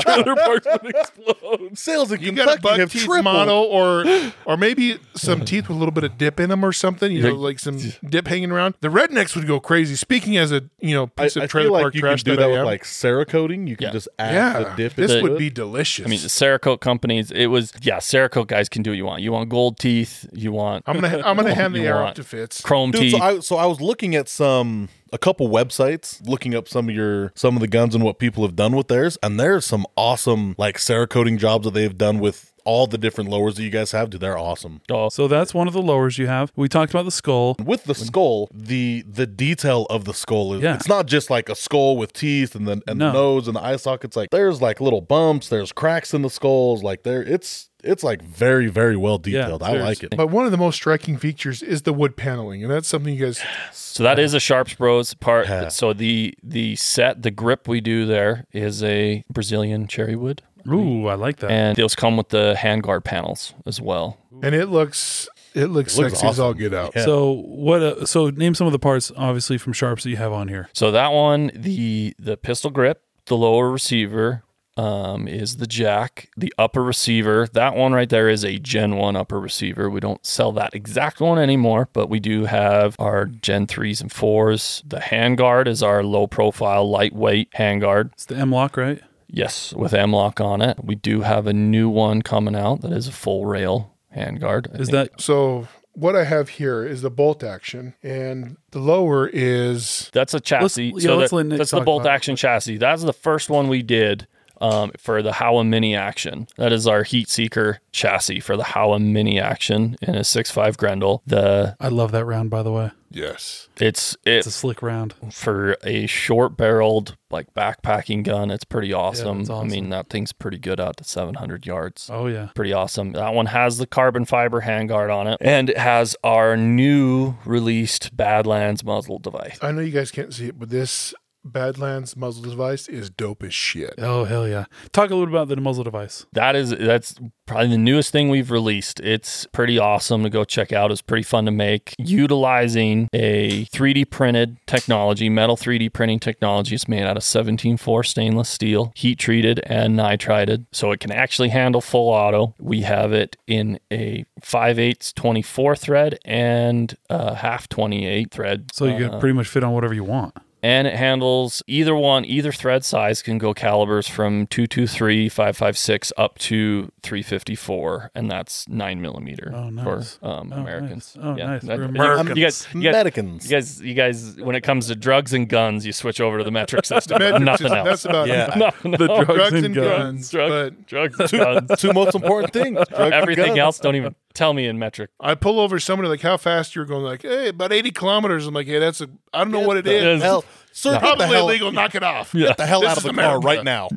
A: trailer park would explode.
C: Sales in
B: You got a
C: Kentucky
B: buck
C: have
B: teeth
C: tripled.
B: model,
C: [gasps]
B: or or maybe some teeth with a little bit of dip in them, or something. You know, like some dip hanging around. The rednecks would go crazy. Speaking as a you know
C: I, I
B: piece of
C: feel
B: trailer
C: like
B: park
C: you can
B: trash
C: do
B: I
C: that with
B: am.
C: like Cerakoting. You can
D: Yeah.
C: just add
B: yeah,
C: the dip.
B: this
C: into
B: would
C: it.
B: be delicious.
D: I mean, the Cerakote companies, it was, yeah, Cerakote guys can do what you want. You want gold teeth, you want
B: I'm gonna I'm gonna hand
D: You
B: the arrow up
D: want-
B: to Fitz.
D: chrome
C: Dude,
D: teeth.
C: so I so I was looking at some a couple websites, looking up some of your some of the guns and what people have done with theirs, and there's some awesome like Cerakoting jobs that they've done with all the different lowers that you guys have. Dude, they're awesome.
D: Oh,
A: So that's one of the lowers you have. We talked about the skull.
C: With the skull, the the detail of the skull is
A: Yeah.
C: it's not just like a skull with teeth and then and
A: No.
C: the nose and the eye sockets. Like there's like little bumps, there's cracks in the skulls. Like there, it's it's like very very well detailed. I
A: there's-
C: like it.
B: But one of the most striking features is the wood paneling, and that's something you guys.
D: so that is a Sharps Bros part.
C: Yeah.
D: So the the set, the grip we do there is a Brazilian cherry wood,
A: Ooh, I like that.
D: and those come with the handguard panels as well.
B: And it looks it looks
C: It looks
B: sexy as all
C: awesome.
B: get out.
C: Yeah.
A: So what? Uh, so name some of the parts, obviously from Sharps that you have on here.
D: So that one, the the pistol grip, the lower receiver um, is the jack, the upper receiver. That one right there is a Gen One upper receiver. We don't sell that exact one anymore, but we do have our Gen Threes and Fours. The handguard is our low profile, lightweight handguard.
A: It's the M lock, right?
D: Yes, with Amlock on it. We do have a new one coming out that is a full rail handguard. I
A: Is
D: think
A: that
B: So what I have here is the bolt action, and the lower is
D: That's a chassis.
A: yeah, let's
D: that-
A: let Nick
D: that's the
A: talk
D: bolt
A: about it.
D: action chassis. That's the first one we did um, for the Howa Mini Action. That is our heat seeker chassis for the Howa Mini Action in a 6.5 Grendel. The
A: I love that round, by the way.
E: Yes.
D: it's
A: It's a
D: it's
A: slick round.
D: for a short barreled like backpacking gun. It's pretty awesome.
A: that's
D: I mean that thing's pretty good out to 700 yards.
A: Oh yeah.
D: Pretty awesome. That one has the carbon fiber handguard on it, and it has our new released Badlands muzzle device.
B: I know you guys can't see it, but this Badlands muzzle device is dope as shit.
A: Oh hell yeah. Talk a little about the muzzle device.
D: That is that's probably the newest thing we've released. It's pretty awesome to go check out. It's pretty fun to make utilizing a 3D printed technology, metal 3D printing technology. It's made out of 17.4 stainless steel, heat treated and nitrided, so it can actually handle full auto. We have it in a 5/8 24 thread and a half 28 thread.
A: So you can pretty much fit on whatever you want.
D: and it handles either one either thread size can go calibers from 223 556 up to 354 and that's 9 millimeter
A: Oh, nice.
D: for um,
A: Oh,
D: americans
A: nice. Oh, nice. We're
D: you-
A: Americans.
D: You, guys, you, guys,
C: Americans.
D: you guys you guys when it comes to drugs and guns you switch over to
A: [laughs]
D: the metric system
B: Metric
D: nothing
B: system,
D: else
B: That's about
C: Yeah.
B: it.
D: [laughs] nothing
A: The
D: else.
A: drugs,
B: Drugs
A: and
B: and
A: guns.
B: guns.
D: Drugs,
A: [laughs]
B: but-
D: drugs and guns
C: Two most important things. drugs and
D: everything
C: guns.
D: else don't even tell me in
A: [laughs]
D: metric
B: [laughs] I pull over someone like, how fast you're going? Like, hey, about 80 kilometers. I'm like, hey, that's a, I don't know what it
C: The
B: is.
D: is.
C: Hell, sir, get
B: Probably
C: the hell,
B: illegal. Knock it off.
C: [laughs] Get the hell
B: This
C: out of
B: is
C: the car
B: America.
C: right
D: [laughs]
C: now.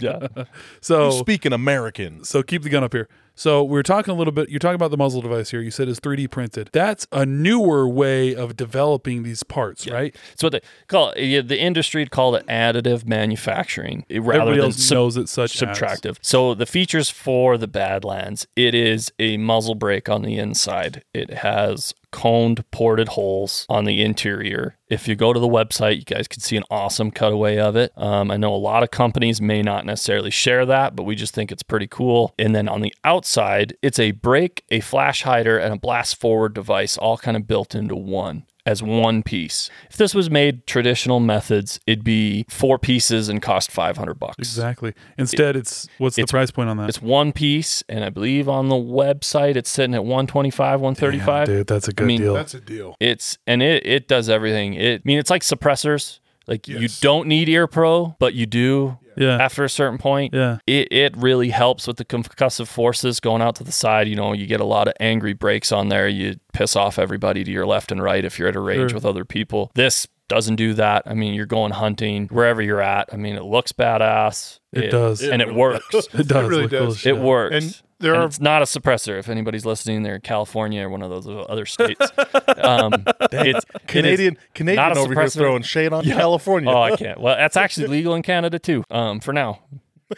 D: yeah
A: So
D: Oh.
C: Speaking Americans.
A: So keep the gun up here. So we were talking a little bit. You're talking about the muzzle device here. You said it's 3D printed. That's a newer way of developing these parts, right?
D: it's what they call it. Yeah, the industry called it additive manufacturing it- rather
A: Everybody
D: than
A: else
D: sub-
A: knows it's such as.
D: subtractive. So the features for the Badlands, it is a muzzle brake on the inside. It has coned ported holes on the interior. If you go to the website, you guys can see an awesome cutaway of it. Um, I know a lot of companies may not necessarily share that, but we just think it's pretty cool. And then on the outside, it's a brake, a flash hider, and a blast forward device all kind of built into one as one piece. If this was made traditional methods, it'd be four pieces and cost 500 bucks.
A: Exactly. Instead, it's what's the price point on that?
D: It's one piece, and I believe on the website it's sitting at 125, 135.
A: Dude, that's a good
D: mean,
A: deal.
B: That's a deal.
D: It's and it it does everything. It I mean it's like suppressors. Like you don't need ear pro, but you do
A: Yeah.
D: after a certain point.
A: Yeah.
D: It it really helps with the concussive forces going out to the side. You know, you get a lot of angry breaks on there. You piss off everybody to your left and right if you're at a range
A: Sure.
D: with other people. This doesn't do that. I mean, you're going hunting wherever you're at. I mean, it looks badass.
A: It does.
D: and it works.
A: [laughs] It does.
B: really
A: look
B: does.
A: cool as
D: It
A: shit.
D: works.
B: And
D: And,
B: there are-
D: it's not a suppressor. If anybody's listening, they're in California or one of those
B: [laughs]
D: other states. um, it's it is-
C: Canadian
D: not
C: Canadian
D: a
C: over here
D: suppressor.
C: throwing shade on California.
D: Oh, I can't. Well, that's actually legal in Canada too. Um, for now.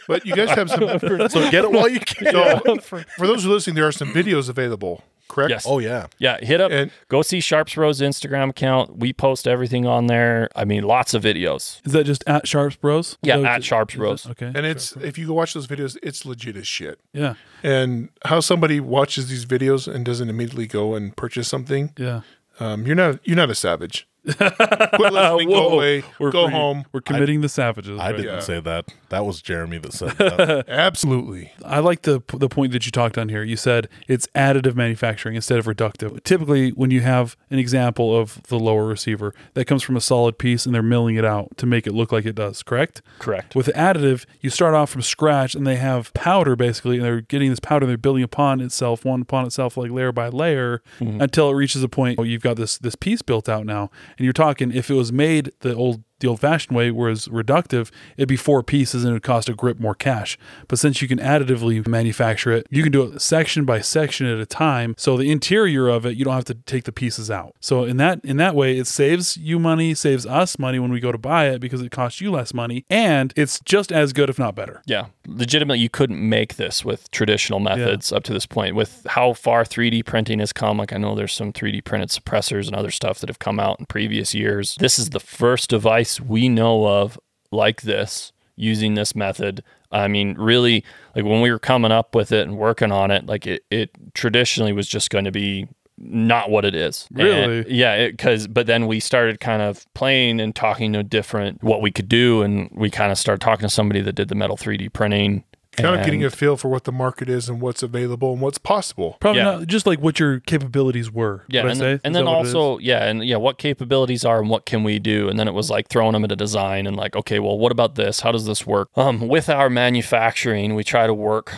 B: But you guys
C: [laughs]
B: have some.
C: so get it while you can.
B: so, [laughs] for those who are listening, there are some videos available, correct?
D: Yes.
C: Oh yeah.
D: Yeah, hit up.
B: And-
D: go see Sharps Rose Instagram account. We post everything on there. I mean, lots of videos.
A: Is that just at Sharps Bros?
D: Yeah,
A: Is that-
D: at Sharps Bros.
A: Okay.
B: And it's, if you go watch those videos, it's legit as shit.
A: Yeah.
B: And how somebody watches these videos and doesn't immediately go and purchase something,
A: Yeah.
B: um, you're not you're not a savage. Quit
A: [laughs]
B: listening, go
A: Whoa.
B: away,
A: We're
B: go
A: free-
B: home.
A: [laughs] We're committing the savages.
C: I
A: right?
C: didn't
B: Yeah.
C: say that. That was Jeremy that
D: [laughs]
C: said that.
B: Absolutely.
A: I like the the point that you talked on here. You said it's additive manufacturing instead of reductive. Typically, when you have an example of the lower receiver that comes from a solid piece and they're milling it out to make it look like it does, correct?
D: Correct.
A: With additive, you start off from scratch and they have powder basically, and they're getting this powder and they're building upon itself, one upon itself, like layer by layer, until it reaches a point where you've got this this piece built out now. And you're talking if it was made the old the old fashioned way, whereas reductive, it'd be four pieces and it would cost a grip more cash. But since you can additively manufacture it, you can do it section by section at a time. So the interior of it, you don't have to take the pieces out. So in that in that way, it saves you money, saves us money when we go to buy it because it costs you less money, and it's just as good, if not better.
D: Yeah, legitimately, you couldn't make this with traditional methods up to this point. With how far 3D printing has come, like I know there's some 3D printed suppressors and other stuff that have come out in previous years. This is the first device we know of like this using this method. I mean, really, like when we were coming up with it and working on it, like it, it traditionally was just going to be not what it is. And-
A: Really?
D: yeah, because but then we started kind of playing and talking to different what we could do, and we kind of started talking to somebody that did the metal 3D printing
B: kind of getting a
D: And-
B: feel for what the market is and what's available and what's possible.
A: Probably
D: Yeah.
A: not just like what your capabilities were.
D: Yeah,
A: would I
D: and,
A: say?
D: then-
A: Is
D: and
A: that
D: then
A: what it is?
D: also, yeah, and yeah, what capabilities are and what can we do? And then it was like throwing them at a design and like, okay, well, what about this? How does this work? Um, with our manufacturing, we try to work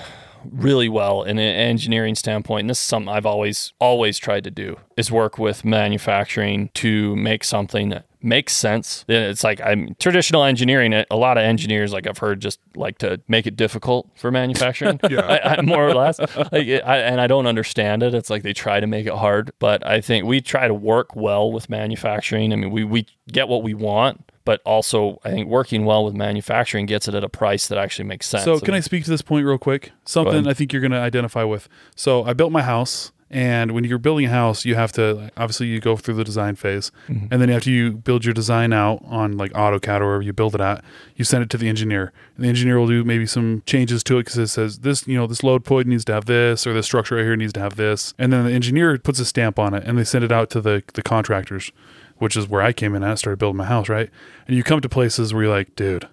D: really well in an engineering standpoint. And this is something I've always always tried to do is work with manufacturing to make something that makes sense. Then It's like I'm traditional engineering. A lot of engineers, like I've heard, just like to make it difficult for
A: [laughs]
D: manufacturing. yeah, I, I, more or less. Like, it- I, and I don't understand it. It's like they try to make it hard, but I think we try to work well with manufacturing. I mean, we we get what we want. But also, I think working well with manufacturing gets it at a price that actually makes sense.
A: So, can I speak to this point real quick? Something I think you're going to identify with. So, I built my house, and when you're building a house, you have to obviously you go through the design phase, and then after you build your design out on like AutoCAD or wherever you build it at, you send it to the engineer. And the engineer will do maybe some changes to it because it says this, you know, this load point needs to have this, or this structure right here needs to have this, and then the engineer puts a stamp on it, and they send it out to the the contractors, which is where I came in. At, started building my house, right? And you come to places where you're like, dude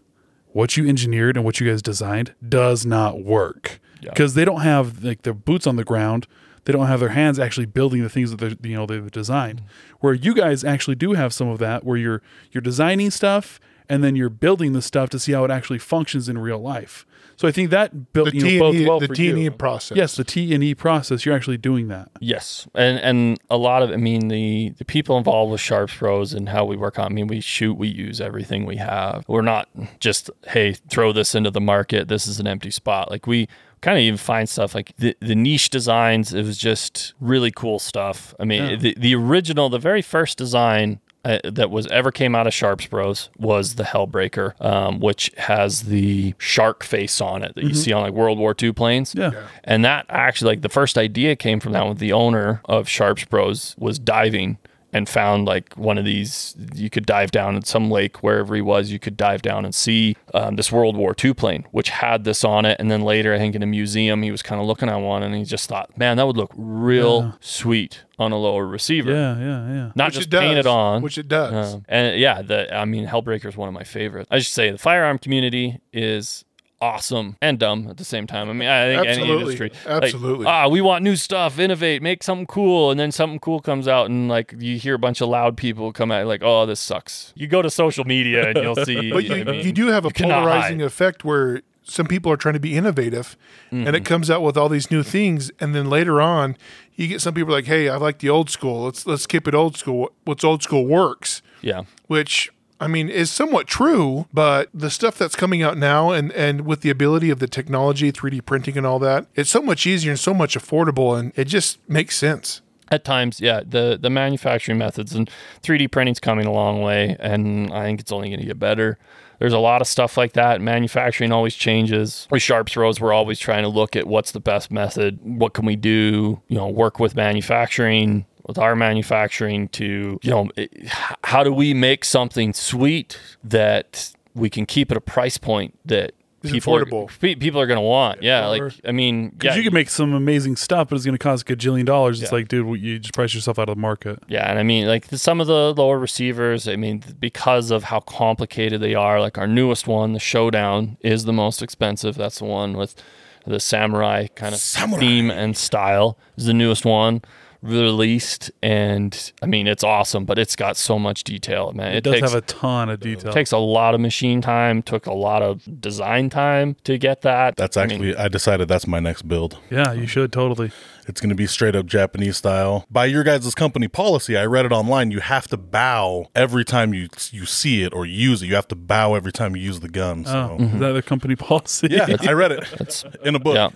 A: what you engineered and what you guys designed does not work because they don't have like their boots on the ground they don't have their hands actually building the things that they you know they've designed where you guys actually do have some of that where you're you're designing stuff and then you're building the stuff to see how it actually functions in real life so i think that built
B: The
A: you know both
B: T&E,
A: well
B: the
A: for
B: T&E
A: you.
B: process.
A: yes the t&e process you're actually doing that
D: Yes, and and a lot of I mean the the people involved with Sharps Bros and how we work on. I mean we shoot, we use everything we have. We're not just hey throw this into the market. This is an empty spot. Like we kind of even find stuff like the the niche designs. It was just really cool stuff. I mean the the original, the very first design. Uh, that was ever came out of Sharps Bros was the Hellbreaker, um, which has the shark face on it that you see on like World War II planes.
A: Yeah.
D: And that actually, like, the first idea came from that one. The owner of Sharps Bros was diving and found like one of these. You could dive down in some lake, wherever he was, you could dive down and see um, this World War II plane, which had this on it. And then later, I think in a museum, he was kind of looking at one and he just thought, man, that would look real sweet on a lower receiver.
A: yeah yeah yeah
D: Not
B: Which
D: just
B: it does,
D: paint it on.
B: Which it does.
D: Um, and yeah, the I mean, Hellbreaker is one of my favorites. I should say the firearm community is awesome and dumb at the same time. I mean, I think any
B: Absolutely.
D: industry, like,
B: Absolutely.
D: ah, we want new stuff, innovate, make something cool, and then something cool comes out, and like you hear a bunch of loud people come out, like, oh, this sucks. You go to social media and
B: [laughs]
D: you'll see.
B: But
D: you,
B: you,
D: know
A: E.
D: what I mean?
B: you do have a
D: cannot
B: polarizing
D: hide.
B: effect where some people are trying to be innovative and
A: Mm-hmm.
B: it comes out with all these new things and then later on you get some people like hey i like the old school let's let's keep it old school what's old school works
D: yeah.
B: which I mean is somewhat true, but the stuff that's coming out now and and with the ability of the technology, 3D printing and all that, it's so much easier and so much affordable and it just makes sense.
D: At times, yeah, the the manufacturing methods and 3D printing's coming a long way, and I think it's only going to get better. There's a lot of stuff like that. Manufacturing always changes. With Sharps Roads, we're always trying to look at what's the best method. What can we do? You know, work with manufacturing, with our manufacturing to, you know, it- h- how do we make something sweet that we can keep at a price point that
B: Is
D: people are,
B: affordable.
D: pe- people are going to want? Yeah, like I mean, yeah,
A: Because you can make some amazing stuff, but it's going to cost a gajillion dollars. It's
D: Yeah.
A: like, dude, you just price yourself out of the market.
D: Yeah, and I mean, like the, some of the lower receivers, I mean, th- because of how complicated they are, like our newest one, the Showdown, is the most expensive. That's the one with the samurai kind of theme and style, is the newest one released. And I mean, it's awesome, but it's got so much detail, man. It,
A: It does
D: takes,
A: have a ton of detail.
D: takes a lot of machine time, took a lot of design time to get that.
C: That's
D: I mean,
C: actually, I decided that's my next build.
A: yeah,
D: Um,
A: you should totally.
C: It's going to be straight up Japanese style. By your guys' company policy, I read it online. You have to bow every time you you see it or use it. You have to bow every time you use the gun. So.
A: Oh,
D: mm-hmm.
A: is that the company [laughs] policy?
C: Yeah, I read
D: [laughs]
C: it in a book
D: yeah.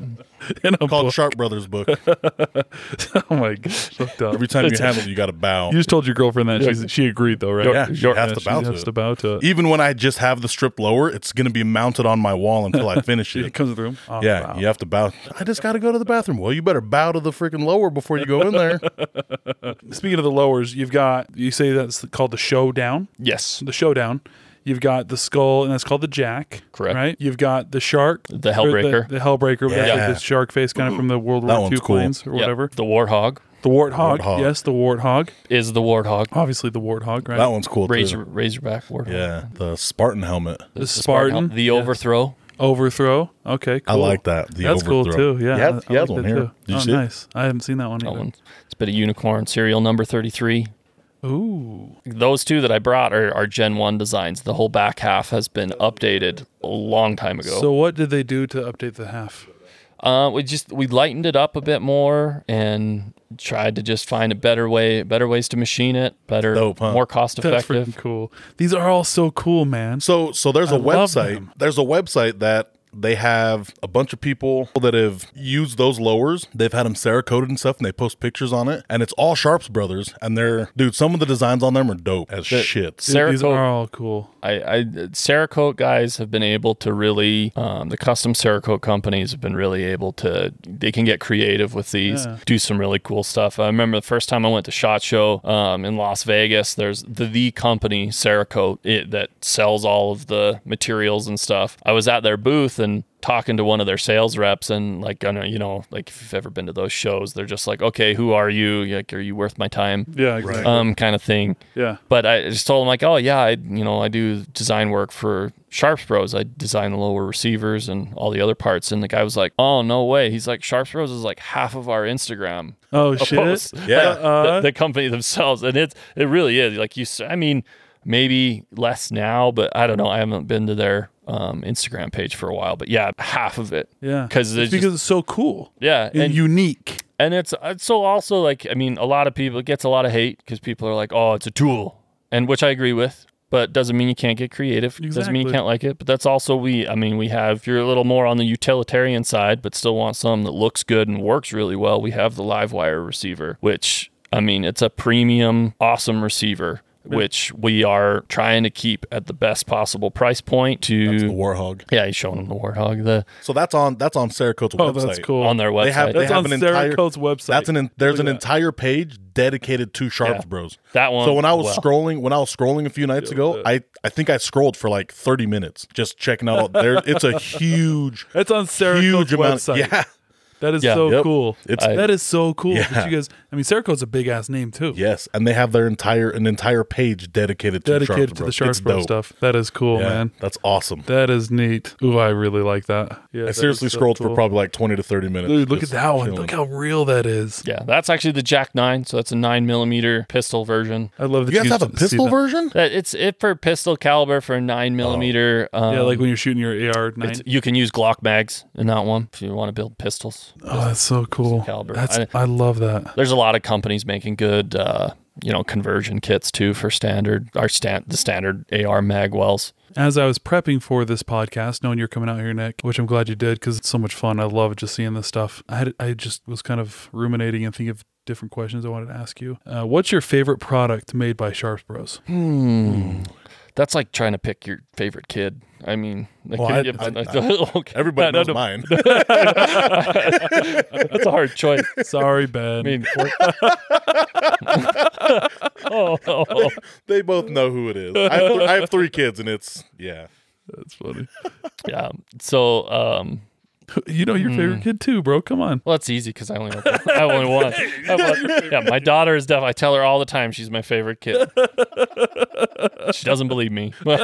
A: In a
C: called
A: book.
C: Sharp Brothers
D: [laughs]
C: book.
A: [laughs] oh my gosh, looked up.
C: Every time you handle, it, you got to bow.
A: You just told your girlfriend that she's, she agreed though, right?
C: Yeah, you have
A: Yeah,
C: to
A: she
C: bow to
A: has
C: it. E-
A: to bow to it.
C: Even when I just have the strip lower, it's going to be mounted on my wall until
A: [laughs]
C: I finish
A: It
C: it.
A: comes to the room. Oh,
C: Yeah,
A: wow.
C: you have to bow. I just got to go to the bathroom. Well, you better bow to the freaking lower before you go
A: [laughs]
C: in there.
A: Speaking of the lowers, you've got you say that's called the showdown.
D: Yes.
A: The showdown. You've got the skull, and that's called the jack.
D: Correct.
A: Right. You've got the shark, or the
D: Hellbreaker.
A: the, Hellbreaker, yeah.
C: Yeah.
A: the shark face, kind of from the World
C: That
A: War II
C: one's cool.
A: planes or
D: Yep.
A: whatever.
D: The Warhog
A: The warthog,
C: Warthog.
A: Yes, the warthog.
D: is the Warhog.
A: Obviously, the warthog, right?
C: That one's cool too.
D: Razor, Razorback Warhog.
C: Yeah, the Spartan helmet.
A: the
D: The Spartan,
A: Spartan.
D: the overthrow.
A: Overthrow. Okay, cool.
C: I like that. The
A: That's
C: overthrow.
A: cool too. Yeah,
C: He has,
A: I-
C: he
A: I
C: has
A: like
C: one
A: that,
C: here.
A: too.
C: Did you
A: oh,
C: see it?
A: nice. I haven't seen that one
D: That
A: either.
D: one. It's a bit of unicorn serial number 33.
A: Ooh,
D: Those two that I brought are, are Gen 1 designs. The whole back half has been updated a long time ago.
A: so what did they do to update the half?
D: Uh, we just we lightened it up a bit more and tried to just find a better way, better ways to machine it, better,
C: Dope, huh?
D: more cost
A: That's
D: effective.
A: freaking cool. These are all so cool, man.
C: So so there's a
A: I love
C: website.
A: them.
C: There's a website that they have a bunch of people that have used those lowers. They've had them Cerakoted and stuff, and they post pictures on it. And it's all Sharps Brothers. And they're dude. Some of the designs on them are dope as
A: Dude,
C: shit.
A: these
D: Cerakote-
A: are all cool.
D: I, I Cerakote guys have been able to really um, the custom Cerakote companies have been really able to they can get creative with these
A: Yeah.
D: do some really cool stuff. I remember the first time I went to Shot Show um, in Las Vegas. There's the the company Cerakote it, that sells all of the materials and stuff. I was at their booth and talking to one of their sales reps and like I know you know like if you've ever been to those shows they're just like okay who are you like are you worth my
A: [laughs]
D: time
A: Yeah, exactly.
D: um kind of thing
A: yeah.
D: but I just told him like, oh yeah, I you know I do design work for Sharps Bros. I design the lower receivers and all the other parts. And the guy was like, oh no way. He's like, Sharps Bros is like half of our Instagram [laughs]
A: Oh shit.
D: posts.
C: Yeah.
A: Uh,
D: [laughs] the, the company themselves, and it's it really is like you. s- I mean, maybe less now, but I don't know. I haven't been to their um, Instagram page for a while, but yeah, half of it.
A: Yeah.
D: because
A: It's because it's so cool.
D: yeah,
A: And, unique.
D: and it's it's so also like I mean, a lot of people it gets a lot of hate because people are like, "Oh, it's a tool," and which I agree with, but doesn't mean you can't get creative. Doesn't mean you
A: Exactly.
D: can't like it. But that's also we. I mean, we have you're a little more on the utilitarian side, but still want something that looks good and works really well. We have the Livewire receiver, which I mean, it's a premium, awesome receiver. Which we are trying to keep at the best possible price point
C: The
D: to,
C: Warhog.
D: yeah, he's showing them the warthog the
C: So that's on that's on Cerakote's
A: Oh,
C: website.
A: that's cool.
D: on their website.
C: They have they
A: That's
C: have
A: on
C: an entire
A: Cerakote's website.
C: That's an en- there's an
A: that.
C: entire page dedicated to Sharps Bros.
D: That one-
C: So when I was
D: well.
C: scrolling, when I was scrolling a few nights ago, I I think I scrolled for like 30 minutes just checking out all there. It's a huge
A: [laughs] That's on Cerakote's
C: huge amount.
A: website.
C: Yeah.
A: That is
D: Yeah.
A: so
C: Yep.
A: cool.
C: It's- I-
A: that is so cool.
C: Yeah.
A: that you guys, I mean, Cerakote's a big ass name too.
C: Yes, and they have their entire an entire page dedicated to
A: Dedicated
C: Sharps
A: to
C: Bros.
A: the
C: It's
A: Sharks Bro
C: dope.
A: stuff. That is cool,
C: Yeah,
A: man.
C: that's awesome.
A: That is neat. Ooh, I really like that. Yeah,
C: I seriously scrolled for probably like 20 to 30 minutes.
A: Dude, look at
C: just
A: that one.
C: chilling.
A: Look how real that is.
D: Yeah, that's actually the Jack Nine, so that's a nine millimeter pistol version.
A: I love that
C: you guys have a
A: get to see
C: pistol
A: that.
C: version?
D: That it's it for pistol caliber for a nine millimeter. Um,
A: Yeah, like when you're shooting your AR nine.
D: it's- you can use Glock mags in that one if you want to build pistols.
A: Oh, that's so cool.
D: caliber.
A: That's I, love that.
D: There's a lot of companies making good, uh, you know, conversion kits too for standard our stand the standard AR mag wells.
A: As I was prepping for this podcast, knowing you're coming out here, Nick, which I'm glad you did because it's so much fun. I love just seeing this stuff. I had, I just was kind of ruminating and thinking of different questions I wanted to ask you. Uh, what's your favorite product made by Sharps
C: [laughs]
A: Bros?
D: That's like trying to pick your favorite kid. I mean, like,
C: Well, I-
D: yeah, [laughs]
C: I-
D: like- okay.
C: Everybody
D: No,
C: knows
D: no,
C: mine.
D: That's a hard
C: [laughs]
D: choice.
A: Sorry, Ben.
D: I mean, oh, oh, oh.
C: they both know who it is. I have, th- I have three kids, and it's yeah.
A: that's funny.
D: [laughs]
A: [laughs]
D: yeah. So, um,
A: You know your
C: hmm.
A: favorite kid too, bro. Come on.
D: Well, it's easy because I only have I only one. I want- yeah, my daughter is deaf. I tell her all the time she's my favorite kid. she doesn't believe me. [laughs]
A: Though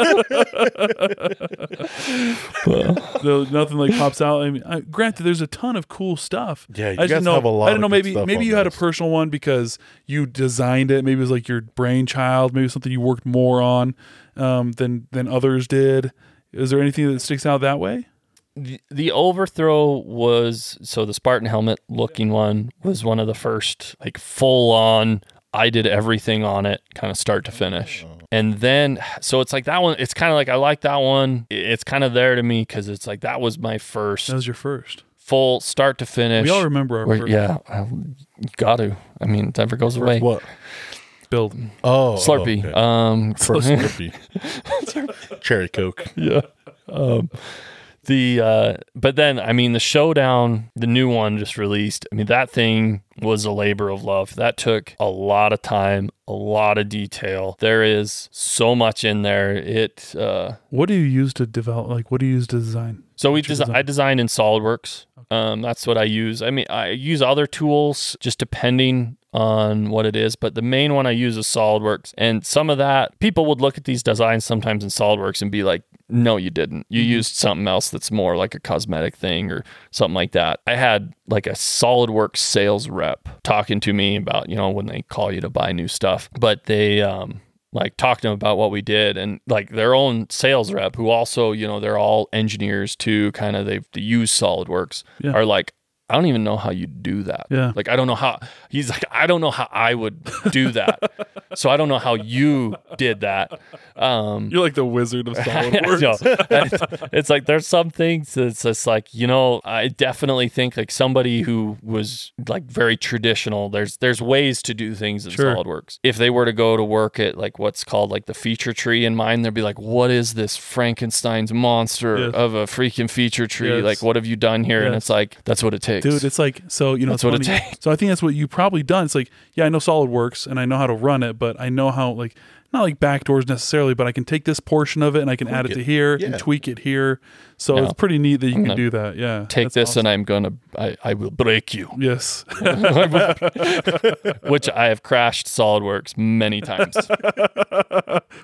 A: nothing like pops out. I mean, I, granted, there's a ton of cool stuff.
C: Yeah, you
A: I just
C: guys
A: know,
C: have a lot
A: I don't know.
C: of good
A: Maybe
C: stuff
A: maybe
C: on
A: you had a
C: this.
A: personal one because you designed it. Maybe it was like your brainchild. Maybe something you worked more on um, than than others did. Is there anything that sticks out that way?
D: the, the overthrow was so the Spartan helmet looking one was one of the first like full on I did everything on it kind of start to finish.
A: Oh.
D: And then so it's like that one it's kind of like I like that one. It- It's kind of there to me cuz it's like that was my first
A: That was your first.
D: full start to finish.
A: We all remember our
D: Where-
A: first
D: yeah, I, you got to. I mean, it never goes away.
C: What?
A: build.
C: Oh,
D: Slurpee.
C: okay.
D: Um,
C: For Slurpee. Cherry Coke.
D: yeah. Um, the uh, but then I mean the showdown, the new one just released. I mean that thing was a labor of love. That took a lot of time, a lot of detail. There is so much in there. It uh,
A: What do you use to develop? Like, what do you use to design?
D: So we desi- I designed in SolidWorks. Um, that's what I use. I mean, I use other tools just depending on what it is, but the main one I use is SolidWorks. And some of that, people would look at these designs sometimes in SolidWorks and be like, No, you didn't. You used something else that's more like a cosmetic thing or something like that. I had like a SolidWorks sales rep talking to me about, you know, when they call you to buy new stuff, but they, um, like talked to them about what we did and like their own sales rep who also you know they're all engineers too kind of they've they use solidworks
A: Yeah.
D: are like i don't even know how you do that
A: Yeah.
D: like i don't know how he's like i don't know how i would do
A: [laughs]
D: that so i don't know how you did that um
A: You're like the wizard of
D: [laughs]
A: solid
D: I know. It's- it's like there's some things that's just like you know I definitely think like somebody who was like very traditional. There's there's ways to do things in
A: Sure.
D: SolidWorks. If they were to go to work at like what's called like the feature tree in mine, they'd be like, what is this Frankenstein's monster
A: Yes.
D: of a freaking feature tree?
A: Yes.
D: Like what have you done here? And
A: Yes.
D: it's like that's what it takes.
A: Dude, it's like so you know
D: That's
A: it's
D: what it
A: funny. So I think that's what you probably done. It's like, yeah, I know SolidWorks and I know how to run it, but I know how like not like backdoors necessarily, but I can take this portion of it and I can add it,
C: it.
A: to here
C: Yeah.
A: and tweak it here. So
D: No.
A: it's pretty neat that you can
D: gonna
A: do that. Yeah.
D: Take
A: That's
D: this
A: awesome.
D: and I'm gonna I, I will break you.
A: Yes. [laughs]
D: Which I have crashed SolidWorks
A: [laughs]
D: many times.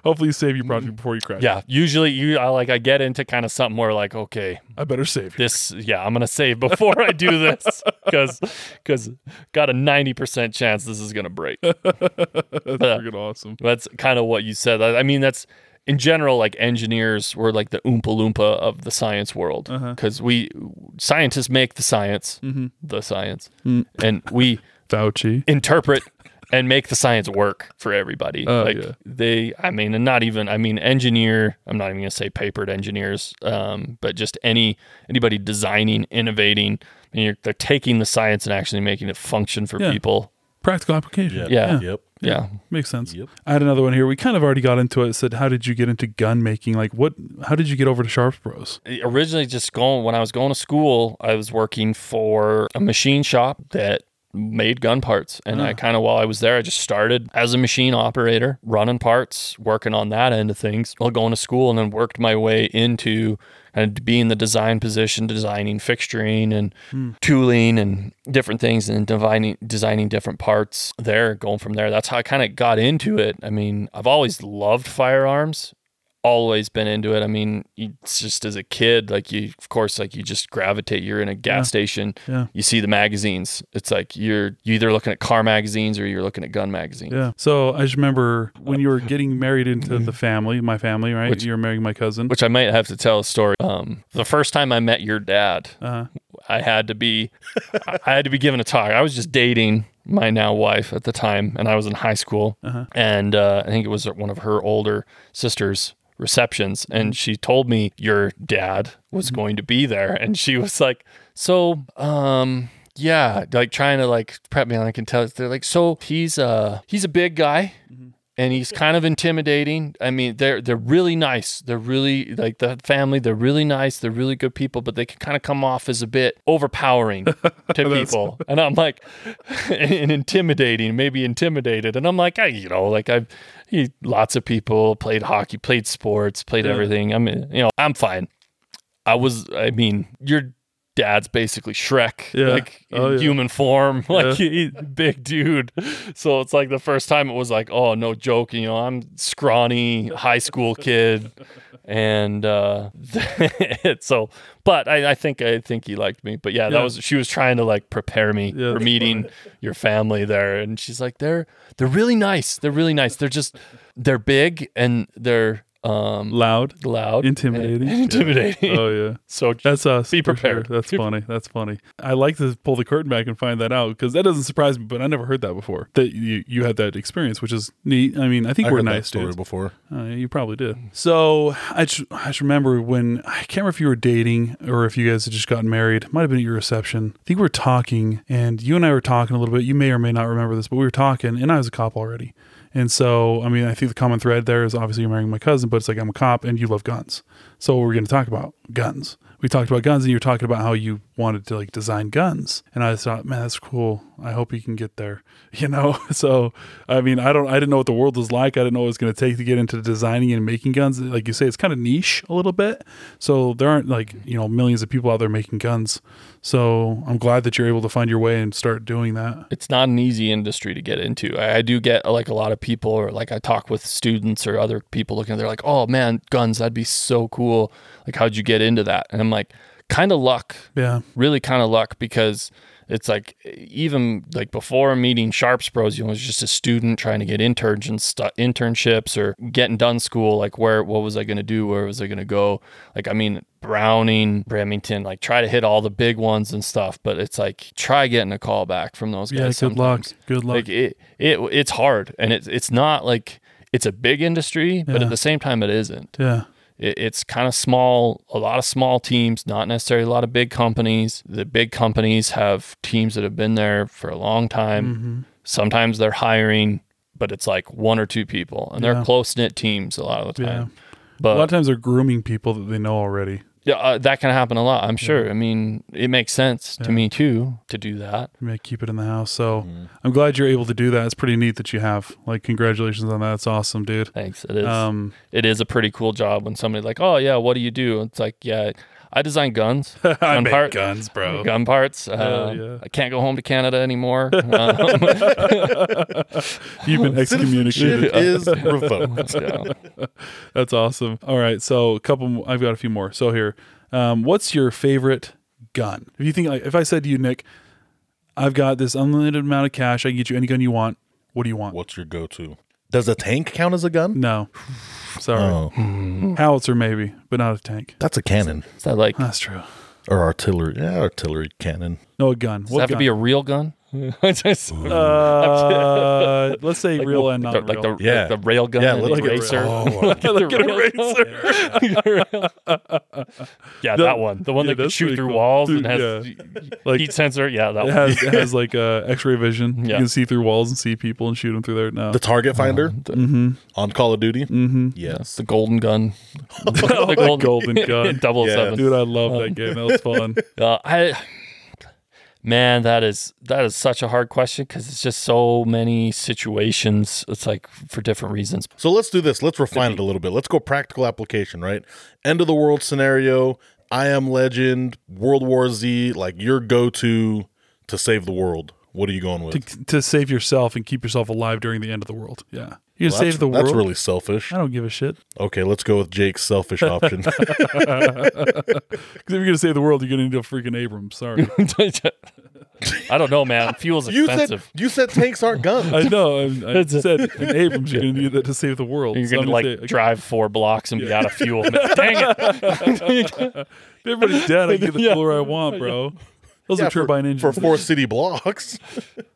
A: Hopefully you save your project before you crash.
D: yeah. Usually you I like I get into kind of something where like, okay,
A: I better save you.
D: this yeah i'm gonna save before i do this because because got a 90% chance this is gonna break Uh,
A: That's freaking awesome.
D: that's kind of what you said i, I mean that's in general like engineers were like the oompa loompa of the science world because we scientists make the science the science and we
A: Fauci.
D: interpret and make the science work for everybody.
A: Oh,
D: like
A: yeah.
D: they, I mean, and not even, I mean, engineer. I'm not even gonna say papered engineers, um, but just any anybody designing, innovating, and you're they're taking the science and actually making it function for
A: Yeah.
D: people.
A: Practical application.
C: Yeah.
D: Yeah.
C: Yep.
D: Yeah.
A: Makes sense.
C: Yep.
A: I had another one here. We kind of already got into it. It Said, how did you get into gun making? Like, what? How did you get over to Sharps Bros?
D: originally just going when I was going to school, I was working for a machine shop that made gun parts and I kind of while I was there I just started as a machine operator running parts working on that end of things while going to school and then worked my way into kind of being the design position designing fixturing and tooling and different things and designing designing different parts there going from there that's how I kind of got into it I mean I've always loved firearms always been into it. I mean, you- it's just as a kid, like you, of course, like you just gravitate. You're in a gas station,
A: Yeah.
D: you see the magazines. It's like you're you either looking at car magazines or you're looking at gun magazines.
A: Yeah. So I just remember when you were getting married into the family, my family, right?
D: Which-
A: you were marrying my cousin.
D: Which I might have to tell a story. Um, the first time I met your dad,
A: uh,
D: I had to be, I had to be given a talk. I was just dating my now wife at the time, and I was in high school, and uh, I think it was at one of her older sisters' receptions, and she told me your dad was going to be there, and she was like, "So, um." Yeah, like trying to like prep me, and I can tell they're like, so he's uh he's a big guy, and he's kind of intimidating. I mean, they're they're really nice. They're really like the family. They're really nice. They're really good people, but they can kind of come off as a bit overpowering to people. And I'm like, [laughs] and intimidating, maybe intimidated. And I'm like, I, you know, like I've he, lots of people played hockey, played sports, played everything. I mean, you know, I'm fine. I was. I mean, your Dad's basically Shrek,
A: Yeah.
D: like in
A: Oh, yeah.
D: human form, [laughs] like he, big dude. So it's like the first time it was like, oh, no joke. You know, I'm scrawny high school kid, and uh, [laughs] so. But I, I think I think he liked me. But yeah, that
A: Yeah.
D: was she was trying to like prepare me
A: Yeah,
D: for
A: that's
D: meeting your family there, and she's like, they're they're really nice. They're really nice. They're just they're big and they're um
A: loud.
D: loud,
A: Intimidating.
D: and [laughs] intimidating.
A: Oh yeah.
D: So
A: That's us.
D: Be
A: for
D: prepared.
A: That's funny. That's funny. I like to pull the curtain back and find that out because that doesn't surprise me. But I never heard that before. That you you had that experience, which is neat. I mean, I think
C: I
A: we're
C: heard that
A: nice
C: story
A: dudes.
C: before.
A: Uh, you probably did. So I just, I just remember when I can't remember if you were dating or if you guys had just gotten married. It might have been at your reception. I think we were talking, and you and I were talking a little bit. You may or may not remember this, but we were talking, and I was a cop already. And so, I mean, I think the common thread there is obviously you're marrying my cousin, but it's like I'm a cop and you love guns. So we're going to talk about guns. We talked about guns, and you were talking about how you wanted to like design guns, and I just thought, man, that's cool. I hope you can get there, [laughs] you know. So, I mean, I don't, I didn't know what the world was like. I didn't know what it was going to take to get into designing and making guns. Like you say, it's kind of niche a little bit. So there aren't like you know millions of people out there making guns. So I'm glad that you're able to find your way and start doing that.
D: it's not an easy industry to get into. I, I do get like a lot of people, or like I talk with students or other people looking, they're like, oh man, guns, that'd be so cool. cool. Like, how'd you get into that? And I'm like, kind of luck,
A: Yeah.
D: really kind of luck because it's like even like before meeting Sharps Bros, you know, I was just a student trying to get interns and stu- internships or getting done school. Like where, what was I going to do? Where was I going to go? Like I mean, Browning, Bramington, like try to hit all the big ones and stuff. But it's like try getting a call back from those
A: Yeah.
D: guys.
A: Good
D: sometimes.
A: luck. Good luck.
D: Like it, it, it's hard, and it's it's not like it's a big industry, but
A: Yeah.
D: at the same time, it isn't
A: yeah.
D: it, it's kind of small a lot of small teams not necessarily a lot of big companies the big companies have teams that have been there for a long time
A: Mm-hmm.
D: sometimes they're hiring but it's like one or two people and
A: Yeah.
D: they're close-knit teams a lot of the time
A: A lot of
D: but
A: times they're grooming people that they know already.
D: yeah, uh, that can happen a lot i'm sure i mean it makes sense to me too to do that
A: You may keep it in the house. So
D: Mm-hmm.
A: I'm glad you're able to do that. It's pretty neat that you have. Like, congratulations on that. It's awesome, dude.
D: thanks it is
A: Um,
D: it is a pretty cool job when somebody's like oh yeah what do you do it's like yeah i design guns
A: [laughs] I
D: gun
A: make
D: part-
A: guns,
D: [laughs]
A: bro.
D: gun parts. Uh,
A: yeah.
D: I can't go home to Canada
A: [laughs]
D: anymore. Um,
A: You've been
D: [laughs]
A: excommunicated.
C: Citizenship is revoked.
D: yeah.
A: That's awesome. All right, so a couple. I've got a few more. So here, um, what's your favorite gun? If you think, like, if I said to you, Nick, I've got this unlimited amount of cash. I can get you any gun you want. What do you want?
C: What's your go-to? Does a tank count as a gun? Oh,
A: No, sorry,
D: Oh.
A: howitzer maybe, but not a tank.
C: That's a cannon
D: Is that like does
A: That's true.
C: or artillery. Yeah, artillery cannon.
A: No, a gun.
D: that have to be a real gun? Just-
A: uh,
D: [laughs]
A: let's say real and not
D: the-
A: real.
D: like the
C: Yeah.
D: like the rail gun,
C: Yeah,
D: and
C: like a
D: eraser. [laughs]
C: Oh,
D: The rail- yeah, that one, the one
A: Yeah,
D: that can
A: that's
D: shoot
A: pretty
D: through
A: cool.
D: walls
A: Dude,
D: and has
A: Like-
D: heat sensor. Yeah, that
A: it
D: one.
A: has, it has like uh, X-ray vision. You
D: Yeah.
A: can see through walls and see people and shoot them through there. No,
C: the target finder on Call of Duty. Mm-hmm.
D: It's
C: Yes,
D: the golden gun. the
A: [laughs]
D: golden,
A: golden
D: [laughs]
A: gun.
D: Double
C: Yeah.
D: seven.
A: dude, I love that game. That was fun.
D: Uh, I man, that is that is such a hard question because it's just so many situations. It's like for different reasons. [laughs]
C: So let's do this. Let's refine it a little bit. Let's go practical application, right? End of the world scenario, I am legend, World War Z, like your go to to save the world. What are you going with?
A: to, to save yourself and keep yourself alive during the end of the world. Yeah. You can
C: Well,
A: save
C: that's-
A: the world.
C: That's really selfish.
A: I don't give a shit.
C: Okay, let's go with Jake's
A: [laughs]
C: selfish option. [laughs]
A: Because if you're going to save the world, you're going to need a freaking Abrams. Sorry.
D: I don't know, man. Fuel's
C: you said
D: expensive.
C: you said tanks aren't
A: [laughs]
C: guns.
A: I know. I, I
D: That's it.
A: said an Abrams, you're going to need that to save the world.
D: You're
A: So I'm
D: gonna like
A: gonna say,
D: drive four blocks and be out of fuel. Dang it!
A: if everybody's dead, I can get the
D: Yeah.
A: fuel where I want, bro. Those
C: Yeah,
A: are turbine
C: for, for
A: engines.
C: four city blocks.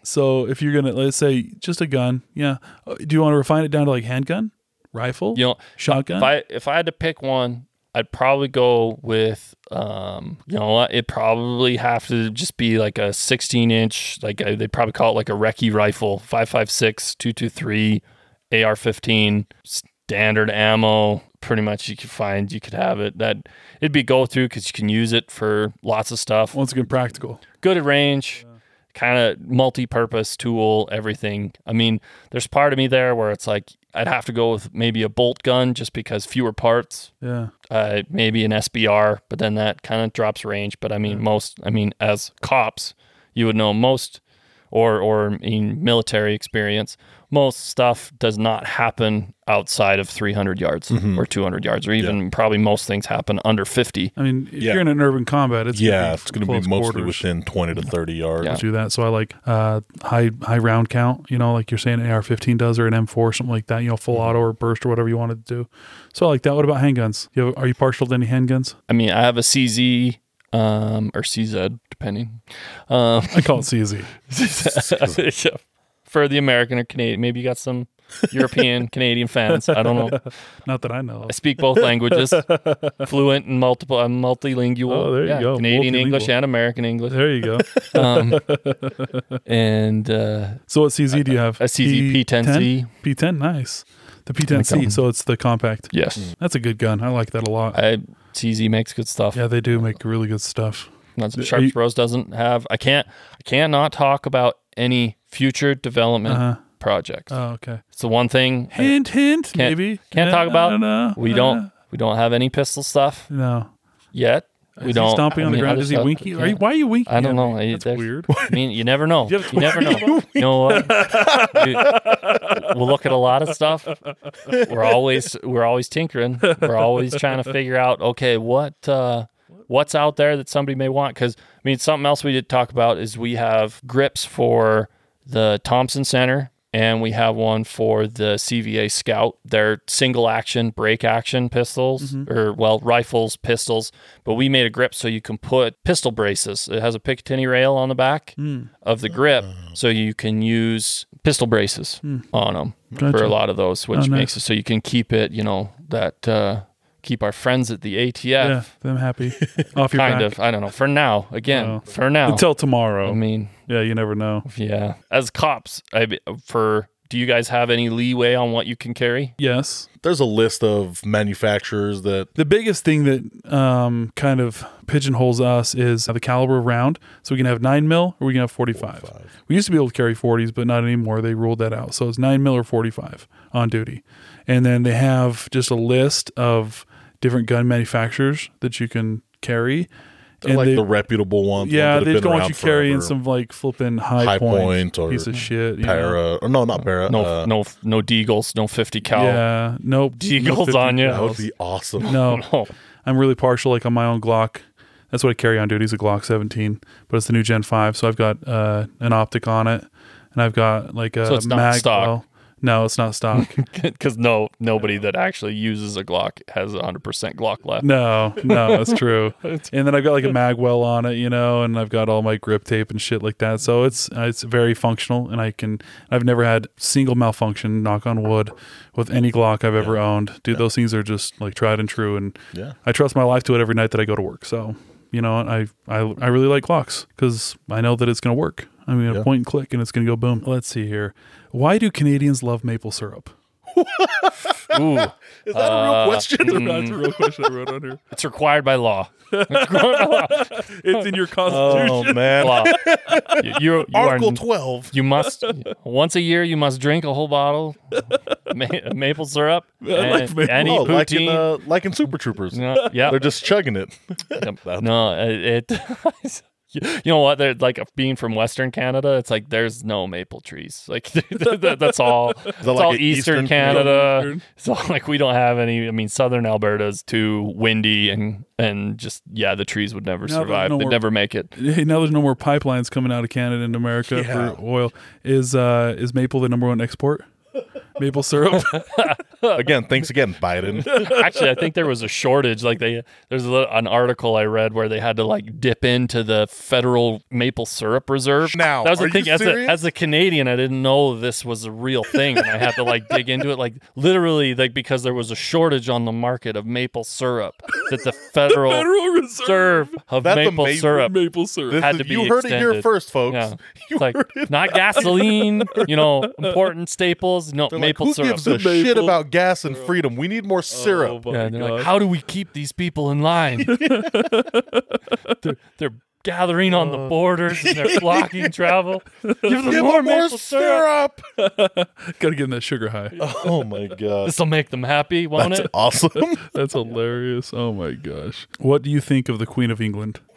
A: so if you're going to, let's say, just a gun, yeah. Uh, Do you want to refine it down to like handgun, rifle,
D: You know,
A: shotgun?
D: if I if I had to pick one, I'd probably go with um, you know what? It probably have to just be like a 16 inch, like a, they probably call it like a recce rifle, 556, 223, AR-15, standard ammo. Pretty much you could find you could have it. That it'd be go through because you can use it for lots of stuff.
A: Once again, practical.
D: good at range, kind of multi-purpose tool, everything. I mean, there's part of me there where it's like I'd have to go with maybe a bolt gun just because fewer parts,
A: Yeah.
D: uh, maybe an SBR, but then that kind of drops range. But I mean, most, I mean, as cops, you would know most, or or in military experience, most stuff does not happen outside of 300 yards or 200 yards, or even probably most things happen under 50.
A: I mean, if
C: Yeah.
A: you're in an urban combat, it's
C: yeah, it's going to be
A: close
C: mostly
A: quarters.
C: within twenty to thirty yards.
D: Yeah.
A: do that. So I like uh, high high round count. You know, like you're saying, AR-15 does or an M4, something like that. You know, full
C: Mm-hmm.
A: auto or burst or whatever you wanted to do. So I like that. What about handguns? You have, are you partial to any handguns?
D: I mean, I have a CZ um, or CZ, depending.
A: [laughs]
D: Um,
A: I
C: [laughs]
A: call it CZ.
D: [laughs] yeah. For the American or Canadian, maybe you got some
A: [laughs]
D: European, Canadian fans. I don't know.
A: Not that I know.
D: I
A: of.
D: speak both languages, fluent and multiple. I'm multilingual.
A: Oh, there you go.
D: Canadian English
A: Multilingual.
D: and American
A: [laughs]
D: English.
A: There you go.
D: Um, and uh,
A: So what
D: [laughs]
A: CZ do you have?
D: a CZ P10C.
A: P10, nice. The P10C. So it's the compact.
D: yes,
A: That's a good gun. I like that a lot.
D: I CZ makes good stuff.
A: Hmm. yeah, they do make really good stuff.
D: That's what
A: Are
D: Sharps
A: you-
D: Bros doesn't have. I can't. I cannot talk about any future development
A: Uh-huh.
D: projects.
A: Oh, okay.
D: it's the one thing. I-
A: Hint, hint.
D: can't,
A: maybe
D: can't talk about.
A: No,
D: we don't we don't have any pistol stuff
A: No.
D: yet. We
A: Is
D: don't
A: he stomping
D: I
A: on the
D: mean, I
A: ground? Is
D: just
A: he
D: thought-
A: winky? Are
D: yeah.
A: you, why are you winking?
D: I don't
A: at
D: know.
A: me?
D: I-
A: That's
D: there's-
A: weird.
D: I mean, you
A: [laughs]
D: never know.
A: Yeah,
D: You never know. You
A: [laughs]
D: know what? Dude, we'll look at a lot of stuff. We're always we're always tinkering. We're always trying to figure out okay, what uh, what's out there that somebody may want? Because I mean, something else we did talk about is we have grips for the Thompson Center. And we have one for the CVA Scout. They're single action, break action pistols,
A: Mm-hmm.
D: or well, rifles, pistols. But we made a grip so you can put pistol braces. It has a Picatinny rail on the back
A: Mm.
D: of the grip, so you can use pistol braces on them for
A: Mm. Gotcha.
D: a lot of those, which
A: Oh, nice.
D: makes it so you can keep it, you know, that uh, keep our friends at the ATF
A: Yeah, I'm
D: [laughs]
A: happy. Off your
D: kind
A: back.
D: of. I don't know. For now, again,
A: Oh.
D: for now.
A: Until tomorrow.
D: I mean,
A: yeah, you never know.
D: yeah. As cops, I be- for do you guys have any leeway on what you can carry?
A: Yes.
C: There's a list of manufacturers that
A: The biggest thing that um, kind of pigeonholes us is the caliber of round. So we can have 9 mil or we can have 45. We used to be able to carry 40s, but not anymore. They ruled that out. So it's 9 mil or 45 on duty. And then they have just a list of different gun manufacturers that you can carry.
C: they're like the reputable ones. the
A: yeah,
C: ones that
A: they
C: have
A: just
C: been
A: don't want
C: around
A: you carrying
C: forever.
A: some like flipping high,
C: High
A: point,
C: point or
A: piece of shit. you know?
C: para or no, not para.
D: No,
C: uh,
D: no, no deagles, no fifty cal.
A: Yeah, nope.
D: Deagles
A: 50
D: on ya.
C: that would be awesome.
A: No,
D: [laughs] No.
A: I'm really partial. Like on my own Glock, that's what I carry on duty is a Glock 17, but it's the new Gen 5, so I've got uh, an optic on it, and I've got like a
D: So it's not
A: mag
D: stock.
A: well, no, it's not stock. [laughs]
D: Because no, nobody that actually uses a Glock has 100% Glock left.
A: no, no, that's
D: [laughs]
A: true. and then I've got like a mag well on it, you know, and I've got all my grip tape and shit like that. So it's uh, it's very functional, and I can. I've never had single malfunction, knock on wood, with any Glock I've ever owned. Dude, those things are just like tried and true, and
C: Yeah.
A: I trust my life to it every night that I go to work. So, you know, I I, I really like clocks because I know that it's going to work. I'm going to
C: Yeah.
A: and click and it's going to go boom. Let's see here. Why do Canadians love maple
C: [laughs]
A: syrup? Uh,
D: Ooh,
C: Is that a real question?
A: hmm. That's a real question I wrote on here.
D: it's required by law.
A: It's in your constitution.
C: oh
A: [laughs]
C: man,
D: Law. You, you, you are-
C: Article Twelve.
D: You must once a year. You must drink a whole bottle of ma-
C: [laughs]
D: maple syrup and,
A: maple-
D: and eat
C: Oh, like in,
D: poutine.
C: uh, like in Super Troopers.
D: No, yeah,
C: They're just chugging
D: [laughs]
C: it. [laughs]
D: Yep. no, it. it- [laughs] you know what? They're like being from Western Canada. It's like there's no maple trees. Like [laughs] that, that's
C: [laughs]
D: all. It's
C: like
D: all
C: an
D: Eastern,
C: Eastern-
D: Canada. So like we don't have any. I mean, Southern Alberta's too windy and and just yeah, the trees would never
A: No, there's
D: survive.
A: no
D: They'd
A: more-
D: never make it.
A: Hey, now there's no more pipelines coming out of Canada and America
C: Yeah.
A: for oil. Is uh is maple the number one export? Maple
C: [laughs]
A: syrup.
C: Again, thanks again,
D: [laughs]
C: Biden.
D: Actually, I think there was a shortage. Like they, there's a, an article I read where they had to like dip into the federal maple syrup reserve.
C: Now,
D: that was
C: are
D: the
C: you
D: thing. As a,
C: serious?
D: as a Canadian, I didn't know this was a real thing, and I had to like dig into it. Like literally, like because there was a shortage on the market of maple syrup that the federal,
A: Federal Reserve
D: reserve of
C: That's
D: maple
C: amazing.
D: syrup.
A: maple syrup.
C: This
D: Had
C: is-
D: to be
C: you heard it here
D: extended.
C: first, folks.
D: Yeah.
C: [laughs] You
D: It's like
C: heard it.
D: not gasoline,
C: [laughs]
D: you know, important staples. No,
C: They're like,
D: maple
C: who
D: syrup.
C: gives a shit about gas and freedom? We need more syrup.
A: Oh my
D: Yeah, they're
A: God.
D: like, how do we keep these people in line? [laughs] they're, they're gathering on the borders and they're blocking travel. Give them
C: Give
D: more
C: them more
D: maple syrup.
C: syrup.
A: Gotta give them that sugar high.
C: [laughs] Oh my god,
D: This will make them happy, won't
C: that's
D: it?
C: awesome.
D: [laughs]
A: That's hilarious. Oh my gosh. What do you think of the Queen of England? [laughs]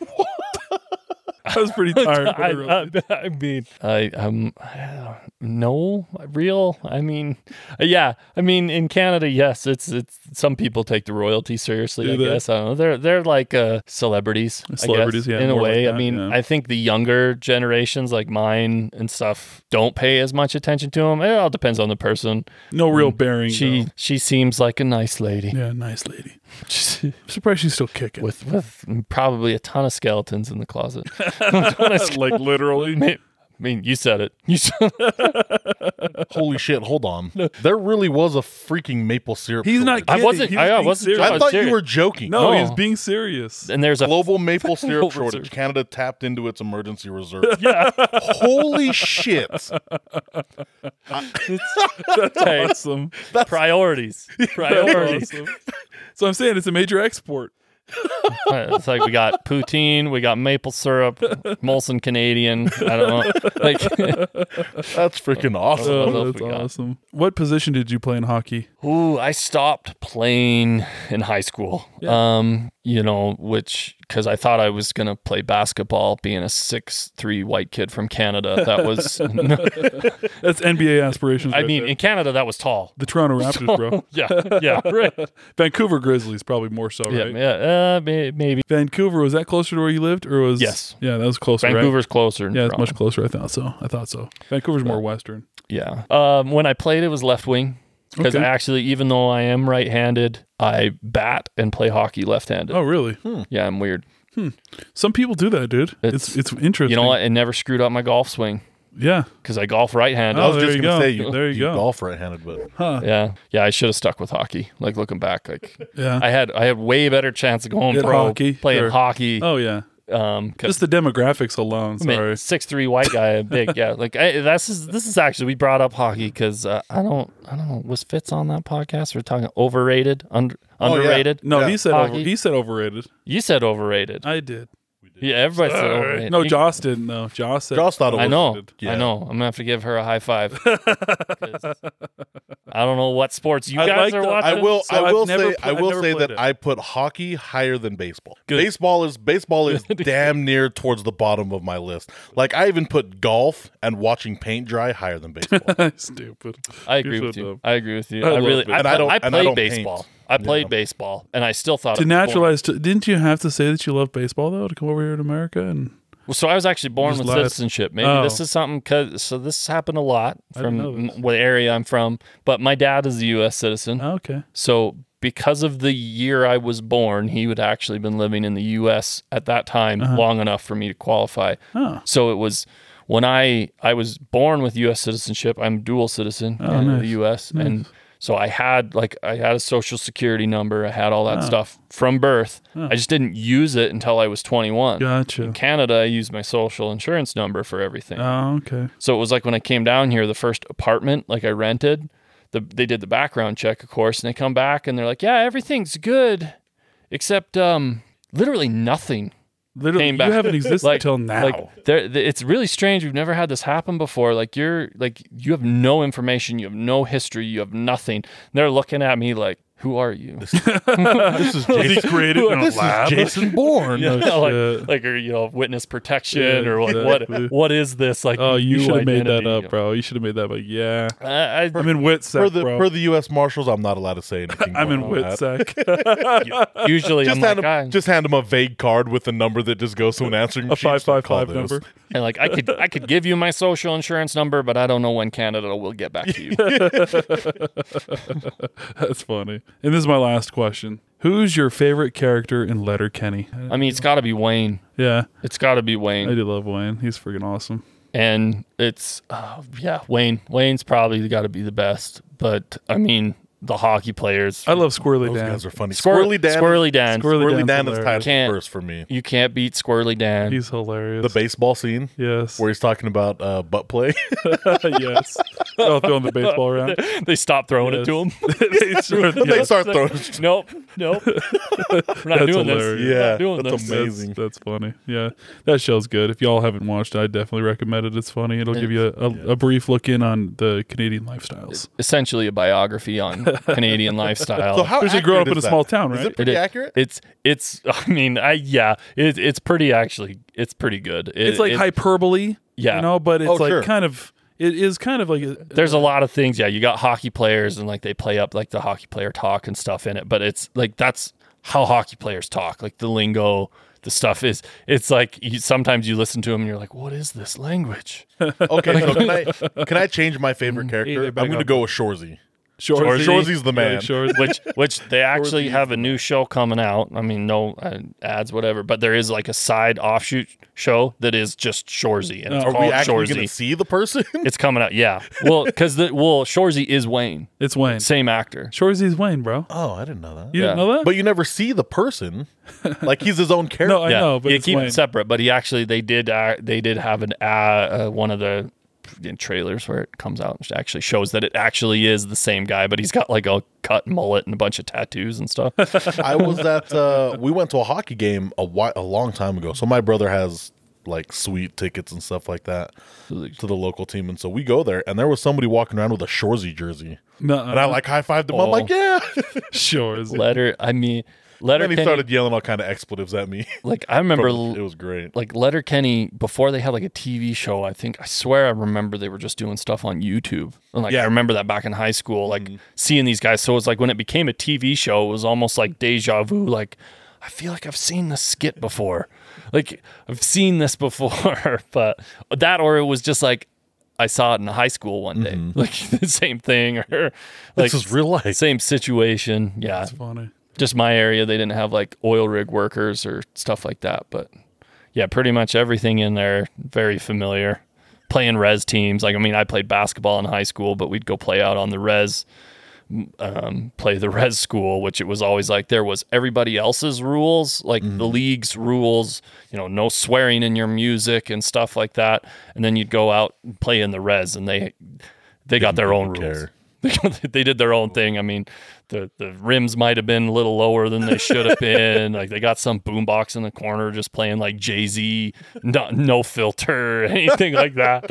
A: I was pretty tired. when I wrote
D: I, I, I mean, I um, no real. I mean, yeah. I mean, in Canada, yes, it's it's. Some people take the royalty seriously.
A: Do
D: I
A: they?
D: guess I don't know. They're they're like uh, celebrities. I guess,
A: Celebrities, yeah,
D: In a
A: more like
D: way,
A: that,
D: I mean,
A: yeah.
D: I think the younger generations, like mine and stuff, don't pay as much attention to them. It all depends on the person.
A: No real bearing.
D: She
A: though.
D: she seems like a nice lady
A: Yeah, nice [laughs] lady. I'm surprised she's still kicking. [laughs]
D: with with probably a ton of skeletons in the closet.
A: like literally.
D: [laughs] I mean, you said it. You said
C: Holy shit! Hold on, there really was a freaking maple syrup.
A: He's not
C: shortage.
A: kidding.
D: wasn't-
A: He
D: I
A: being serious.
C: I
D: wasn't joking. No,
C: thought
D: serious.
C: you were joking.
A: No,
D: No.
A: he's being [laughs] serious.
D: and there's a
C: Global maple syrup
D: Maple
C: shortage.
D: syrup.
C: Canada tapped into its
A: [laughs]
C: emergency reserve. Yeah. Holy shit.
D: Hey,
A: [laughs] Awesome.
D: [laughs] priorities. [laughs] Priorities.
A: Awesome. So I'm saying it's a major export.
D: it's like we [laughs] got poutine, we got maple syrup, Molson Canadian. I don't [laughs] know. Like
C: That's freaking awesome.
A: Oh,
D: else
A: that's
D: we got?
A: awesome. What position did you play in hockey?
D: Ooh, I stopped playing in high school. Um you know, which because I thought I was gonna play basketball, being a six three white kid from Canada. That [laughs] was,
A: That's NBA aspirations.
D: I
A: right
D: mean,
A: there.
D: in Canada that was tall.
A: the Toronto Raptors, bro.
D: Yeah, [laughs] yeah, right.
A: [laughs] Vancouver Grizzlies, probably more so,
D: Yeah,
A: right?
D: yeah, uh, may- maybe.
A: Vancouver was that closer to where you lived, or was
D: Yes.
A: yeah, that was closer. right?
D: Vancouver's closer.
A: yeah, it's
D: probably.
A: much closer. I thought so. I thought so. Vancouver's more western.
D: Yeah. Um, when I played, it was left wing because
A: Okay.
D: I actually, even though I am right-handed, I bat and play hockey left-handed.
A: Oh, really?
D: Yeah, I'm weird.
A: Some people do that, dude. It's it's, interesting.
D: You know what? It never screwed up my golf swing
A: Yeah,
D: because I golf right-handed.
A: Oh,
C: I was
A: there
C: just
A: you
C: gonna
A: go.
C: say you,
A: There you go.
C: golf
A: [laughs]
C: right-handed, but
D: Yeah, yeah. I should have stuck with hockey. Like looking
A: [laughs]
D: back, like
A: yeah.
D: I had I had way better chance of going
A: At
D: pro
A: hockey,
D: playing
A: sure.
D: hockey.
A: oh yeah.
D: Um,
A: Just
D: because
A: the demographics alone. Sorry.
D: six three white guy,
A: [laughs]
D: big yeah. Like I, that's is this is actually we brought up hockey because uh, I don't I don't know was Fitz on that podcast? We're talking overrated, under,
C: yeah.
D: underrated.
A: Oh, No,
C: Yeah.
A: he said
D: Hockey.
A: over, he said overrated.
D: You said overrated.
A: I did.
D: yeah, everybody said overrated.
A: No,
D: You-
A: Joss didn't. No, Joss said.
C: Josh thought it was.
D: I know. I
C: Yeah.
D: know. I'm gonna have to give her a high five.
A: [laughs]
D: 'Cause I don't know what sports you
A: I
D: guys
A: like
D: are
A: the-
D: watching.
C: I will.
A: So
C: I
A: I've
C: will
A: never
C: say.
A: pl-
C: I
A: I've
C: will
A: never
C: say
A: played
C: that
A: it.
C: I put hockey higher than baseball. Baseball is
A: [laughs]
C: baseball is damn near towards the bottom of my list. Like I even put golf and watching paint dry higher
A: [laughs]
C: than baseball.
A: [laughs] Stupid.
D: I agree
A: You're
D: with
A: so
D: you.
A: dumb.
D: I agree with you.
A: I
D: I,
A: love
D: really.
A: it.
D: I,
C: And I
D: pl-
C: don't-
D: I
C: and I
D: played
C: don't paint.
D: baseball. I played baseball, and I still thought
A: To
D: it was boring.
A: naturalize, to, didn't you have to say that you love baseball though to come over here to America? And
D: Well, so I was actually born
A: Just
D: with
A: lied.
D: citizenship. Maybe
A: Oh.
D: this is something because so this happened a lot
A: didn't
D: from
A: know this.
D: m- what area I'm from. But my dad is a U.S. citizen,
A: oh, okay,
D: so because of the year I was born, he would actually been living in the U.S. at that time
A: Uh-huh.
D: long enough for me to qualify.
A: Oh.
D: So it was when I I was born with U.S. citizenship. I'm dual citizen in the
A: Oh, nice.
D: U.S. and so I had like I had a social security number. I had all that stuff from birth. I just didn't use it until I was 21.
A: gotcha.
D: In Canada, I used my social insurance number for everything.
A: Oh, okay.
D: So it was like when I came down here, the first apartment like I rented, the, they did the background check, of course, and they come back and they're like, "Yeah, everything's good, except um, literally nothing."
A: Literally,
D: Came back.
A: you haven't existed
D: [laughs] Like-
A: until now.
D: Like, there, th- it's really strange. We've never had this happen before. Like, you're like, you have no information, you have no history, you have nothing. And they're looking at me like, "Who are you?" [laughs]
C: this is Jason,
A: created in a
C: this is Jason
A: [laughs]
C: Bourne.
D: Yeah,
A: shit.
D: [laughs] like, like or, you know, witness protection
A: Yeah,
D: or like,
A: exactly.
D: what? What is this? Like,
A: Oh, you
D: new
A: should have made that
D: identity?
A: up, bro. You should have made that. But yeah,
D: I, I,
A: I'm in Witsec,
C: For the
A: bro.
C: for the U.S. Marshals, I'm not allowed to say anything.
A: [laughs] I'm in
C: more on that. [laughs]
A: Witsec. [laughs]
D: usually
C: Just
D: I'm
C: hand,
D: like,
C: him,
D: "Ah,
C: just hand him a vague card with a number that just goes to an answering
A: A
C: machine.
A: five five
C: Call
A: five
C: this.
A: number. [laughs]
D: And like I could I could give you my social insurance number, but I don't know when Canada will get back to
A: [laughs]
D: you.
A: That's funny. And this is my last question. Who's your favorite character in Letter Kenny?
D: I mean, it's got to be Wayne.
A: Yeah,
D: It's got to be
A: I
D: Wayne.
A: do love Wayne. He's freaking awesome.
D: And it's uh, yeah, Wayne. Wayne's probably got to be the best. But I mean, the hockey players.
A: I love Squirrely
C: Those
A: Dan.
C: guys are funny.
D: Squir-
C: Uh, Squirrely Dan.
D: Squirrely Dan.
A: Squirrely-
C: Squirrely
A: Dan's
C: Dan is
A: hilarious.
C: tied
D: Can't-
C: first for me.
D: you can't beat Squirrely Dan.
A: He's hilarious.
C: The baseball scene
A: yes.
C: where he's talking about uh, butt play.
A: [laughs]
C: [laughs]
A: yes. Oh, throwing the baseball [laughs] around.
D: [laughs] they stopped throwing
A: Yes.
D: it to him.
C: [laughs]
A: They start-
C: they
A: yes,
C: start throwing.
D: nope,
C: [laughs]
D: nope. We're not
A: That's hilarious.
D: doing this. We're
C: Yeah,
D: not doing
C: that's
D: this.
C: amazing.
A: That's, that's funny. Yeah, that show's good. If y'all haven't watched, it, I definitely recommend it. It's funny. It'll give you a, a, a brief look in on the Canadian lifestyles.
D: Essentially, a
C: [laughs]
D: biography on Canadian lifestyle.
C: So how
A: Especially
C: Oh, accurate
A: growing up
C: is
A: in a
C: that?
A: small town,
C: Is
A: right?
C: it pretty
D: It is-
C: accurate?
D: It's it's. I mean, I yeah. It, it's pretty actually. It's pretty good. It-
A: It's like
D: it-
A: hyperbole.
D: Yeah.
A: you know, but it's
C: Oh,
A: like
C: sure.
A: kind of. It is kind of like a,
D: There's a lot of things. Yeah, you got hockey players and like they play up like the hockey player talk and stuff in it. But it's like that's how hockey players talk. Like the lingo, the stuff is. It's like you, sometimes you listen to them and you're like, what is this language?
C: okay, so can I can I
A: [laughs]
C: change my favorite character?
A: they're
C: I'm
A: back
C: going to
A: up.
C: go with Shorzy.
A: Shorzy.
C: Shorzy's the man.
A: Yeah, Shorzy.
D: Which which they
C: Dorothy.
D: actually have a new show coming out. I mean, no uh, ads, whatever. But there is like a side offshoot show that is just Shorzy and it's
A: Are
C: Uh, Are we
D: called
C: actually going
D: Shorzy.
C: to see
A: [laughs]
C: the person?
D: It's coming out, yeah. Well, because the well, Shorzy is Wayne,
A: [laughs] It's Wayne.
D: same actor.
A: Shorzy's Wayne, bro.
C: oh, I didn't know that.
A: You didn't
D: Yeah.
A: know that?
C: But you never see
A: [laughs]
C: the person. Like he's his own character.
A: no, I
D: yeah,
A: know. But
D: you
A: it's
D: keep
A: Wayne.
D: it separate. But he actually, they did, uh, they did have an uh, uh, one of the trailers where it comes out and actually shows that it actually is the same guy, but he's got like a cut mullet and a bunch of tattoos
A: [laughs]
D: and stuff.
C: I was at uh we went to a hockey game a while, a long time ago. So my brother has like sweet tickets and stuff like that to the local team and so we go there and there was somebody walking around with a Shorzy jersey.
A: Nuh-uh. [laughs] Oh.
C: And I like high fived him. I'm like, "Yeah."
A: Shorzy.
D: Letter, I mean,
C: [laughs] And he
D: Letterkenny,
C: started yelling all kind of expletives at me. [laughs]
D: like I remember,
C: it was great.
D: like Letterkenny before they had like a TV show. I think I swear I remember they were just doing stuff on YouTube. And like I
C: Yeah. Mm-hmm.
D: remember that back in high school, like seeing these guys. So it's like when it became a TV show, it was almost like deja vu. Like I feel like I've seen this skit before. Like I've seen this before, [laughs] but that or it was just like. I saw it in high school one day, like [laughs] the same thing, or like
C: Mm-hmm. this is real life.
D: same situation. Yeah,
A: Funny.
D: just my area they didn't have like oil rig workers or stuff like that but yeah pretty much everything in there very familiar playing res teams like i mean i played basketball in high school but we'd go play out on the res um, play the res school which it was always like there was everybody else's rules like the league's rules you know no swearing in your music and stuff like that and then you'd go out and play in the res and they they got their own
C: care.
D: rules [laughs] they did their own thing. I mean, the the rims might have been a little lower than they should have been. like they got some boombox in the corner just playing like Jay Z, no, no filter, [laughs] anything like that.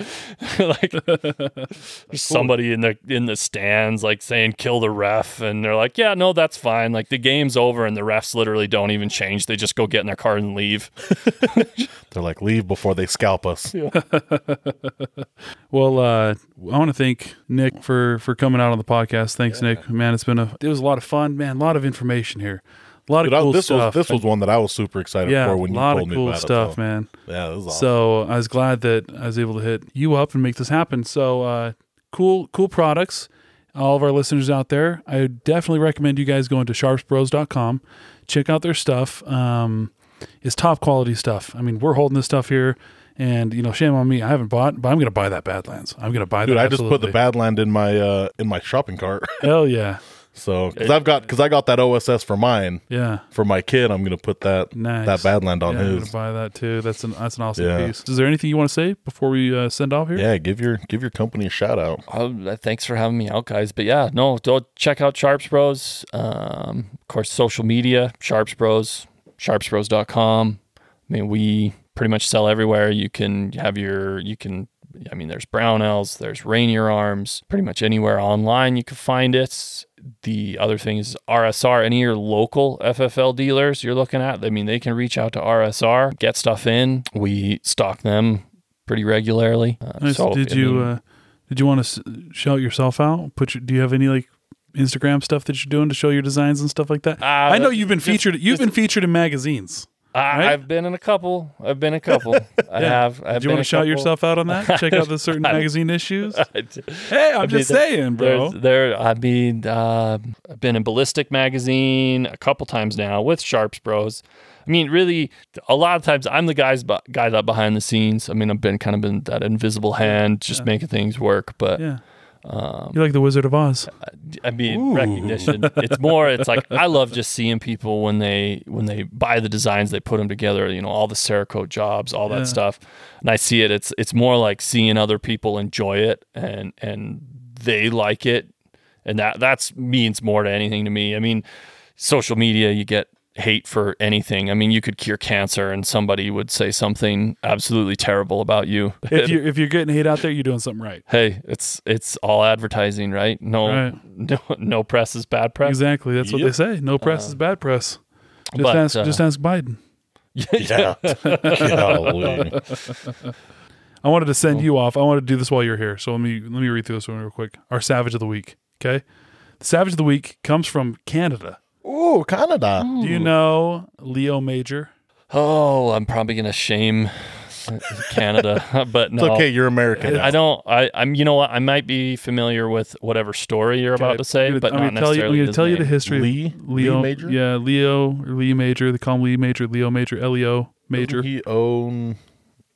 D: [laughs] like there's somebody in the in the stands like saying kill the ref, and they're like, yeah, no, that's fine. Like the game's over, and the refs literally don't even change. They just go get in their car and leave.
C: They're like, leave before they scalp us.
A: Well, uh, I want to thank Nick for for coming out on the podcast. Thanks, Nick. Man, it's been a it was a lot of fun. Man, a lot of information here. A lot of
C: Dude, I-
A: cool
C: this
A: stuff.
C: was this was one that I was super excited
A: yeah,
C: for
A: a
C: when you
A: lot
C: told
A: of
C: me
A: cool
C: about
A: stuff,
C: it. so-
A: man.
C: Yeah, this is awesome.
A: So I was glad that I was able to hit you up and make this happen. So uh, cool, cool products. All of our listeners out there, I would definitely recommend you guys going to sharpsbros.com, check out their stuff. Um, it's top quality stuff. I mean, we're holding this stuff here, and you know, shame on me, I haven't bought, but I'm gonna buy that Badlands. I'm gonna buy
C: Dude,
A: that.
C: I just put the
A: absolutely.
C: Badland in my uh in my shopping cart.
A: Hell yeah,
C: so because I've got because I got that OSS for mine
A: yeah.
C: for my kid, I'm gonna put that
A: Nice.
C: that Badland on
A: Yeah, I'm gonna
C: his.
A: buy that too. That's an that's an awesome
C: Yeah.
A: piece. Is there anything you want to say before we uh, send off here?
C: Yeah, give your give your company a shout out.
D: Oh, uh, thanks for having me out, guys. But yeah, no, go check out Sharps Bros. Um, of course, social media, Sharps Bros, sharpsbros.com. I mean, we pretty much sell everywhere. You can have your, you can, I mean, there's Brownells, there's Rainier Arms, pretty much anywhere online you can find it. The other thing is RSR, any of your local FFL dealers you're looking at, I mean, they can reach out to RSR, get stuff in. We stock them pretty regularly. Uh,
A: Nice.
D: so,
A: did
D: I
A: you
D: mean,
A: uh, did you want to shout yourself out? Put your, do you have any like Instagram stuff that you're doing to show your designs and stuff like that?
D: Ah,
A: I know
D: that-
A: you've been featured. You've been featured in magazines.
D: I,
A: Right?
D: I've been in a couple. I've been
A: [laughs]
D: a couple. I have. I've
A: Do you
D: been
A: want
D: a
A: to shout
D: couple.
A: yourself out on
D: [laughs]
A: that? Check out the certain magazine issues. Hey, I'm
D: I mean,
A: just
D: there-
A: saying, bro.
D: There's, there, I mean, uh, I've been in Ballistic magazine a couple times now with Sharps Bros. I mean, really, a lot of times I'm the guys bu- guy that behind the scenes. I mean, I've been kind of been that invisible hand, just making things work. But
A: yeah.
D: uh, um,
A: You're like the Wizard of
D: [laughs]
A: Oz.
D: I mean, recognition. It's more. It's like I love just seeing people when they when they buy the designs, they put them together. You know, all the Cerakote jobs, all that stuff. And I see it. It's it's more like seeing other people enjoy it and and they like it, and that that's means more to anything to me. I mean, social media, you get hate for anything. I mean, you could cure cancer, and somebody would say something absolutely terrible about you.
A: If you if you're getting hate out there, you're doing something right.
D: [laughs] Hey, it's it's all advertising, right? No,
A: Right.
D: [laughs] no, no press is bad press. Uh,
A: Exactly. That's what they
C: Yep.
A: say. No press is bad press. Just
D: but,
A: ask
D: uh,
A: just ask Biden.
C: [laughs] Yeah. Golly.
A: I wanted to send you off. I wanted to do this while you're here. So let me let me read through this one real quick. Our savage of the week. Okay. The savage of the week comes from Canada.
C: Ooh, Canada.
A: Do
D: Hmm.
A: you know Leo Major?
D: Oh, I'm probably gonna shame
A: [laughs]
D: Canada, [laughs] but
C: It's
D: no.
C: okay, you're American. now.
D: I don't. I, I'm. You know what? I might be familiar with whatever story you're about to say,
A: I'm gonna-
D: but
A: I'm
D: not
A: gonna tell you. I'm
D: necessarily
A: going to
D: his
A: tell you the
D: name.
A: history. of
C: Lee?
A: Leo
C: Lee Major?
A: Yeah, Leo or Lee Major. They call him Lee Major, Leo Major, Leo Major.
C: Doesn't he own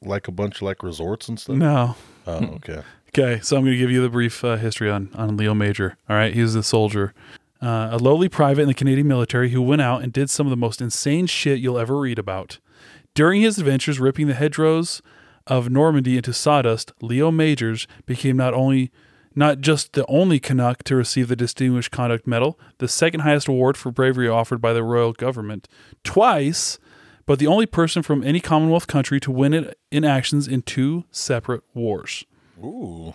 C: like a bunch of like resorts and stuff?
A: No.
C: Oh, okay.
A: Okay, so I'm going to give you the brief uh, history on, on Leo Major. All right, he was a soldier, uh, a lowly private in the Canadian military who went out and did some of the most insane shit you'll ever read about. During his adventures ripping the hedgerows of Normandy into sawdust, Leo Majors became not only not just the only Canuck to receive the Distinguished Conduct Medal, the second highest award for bravery offered by the royal government, twice, but the only person from any Commonwealth country to win it in actions in two separate wars.
C: Ooh.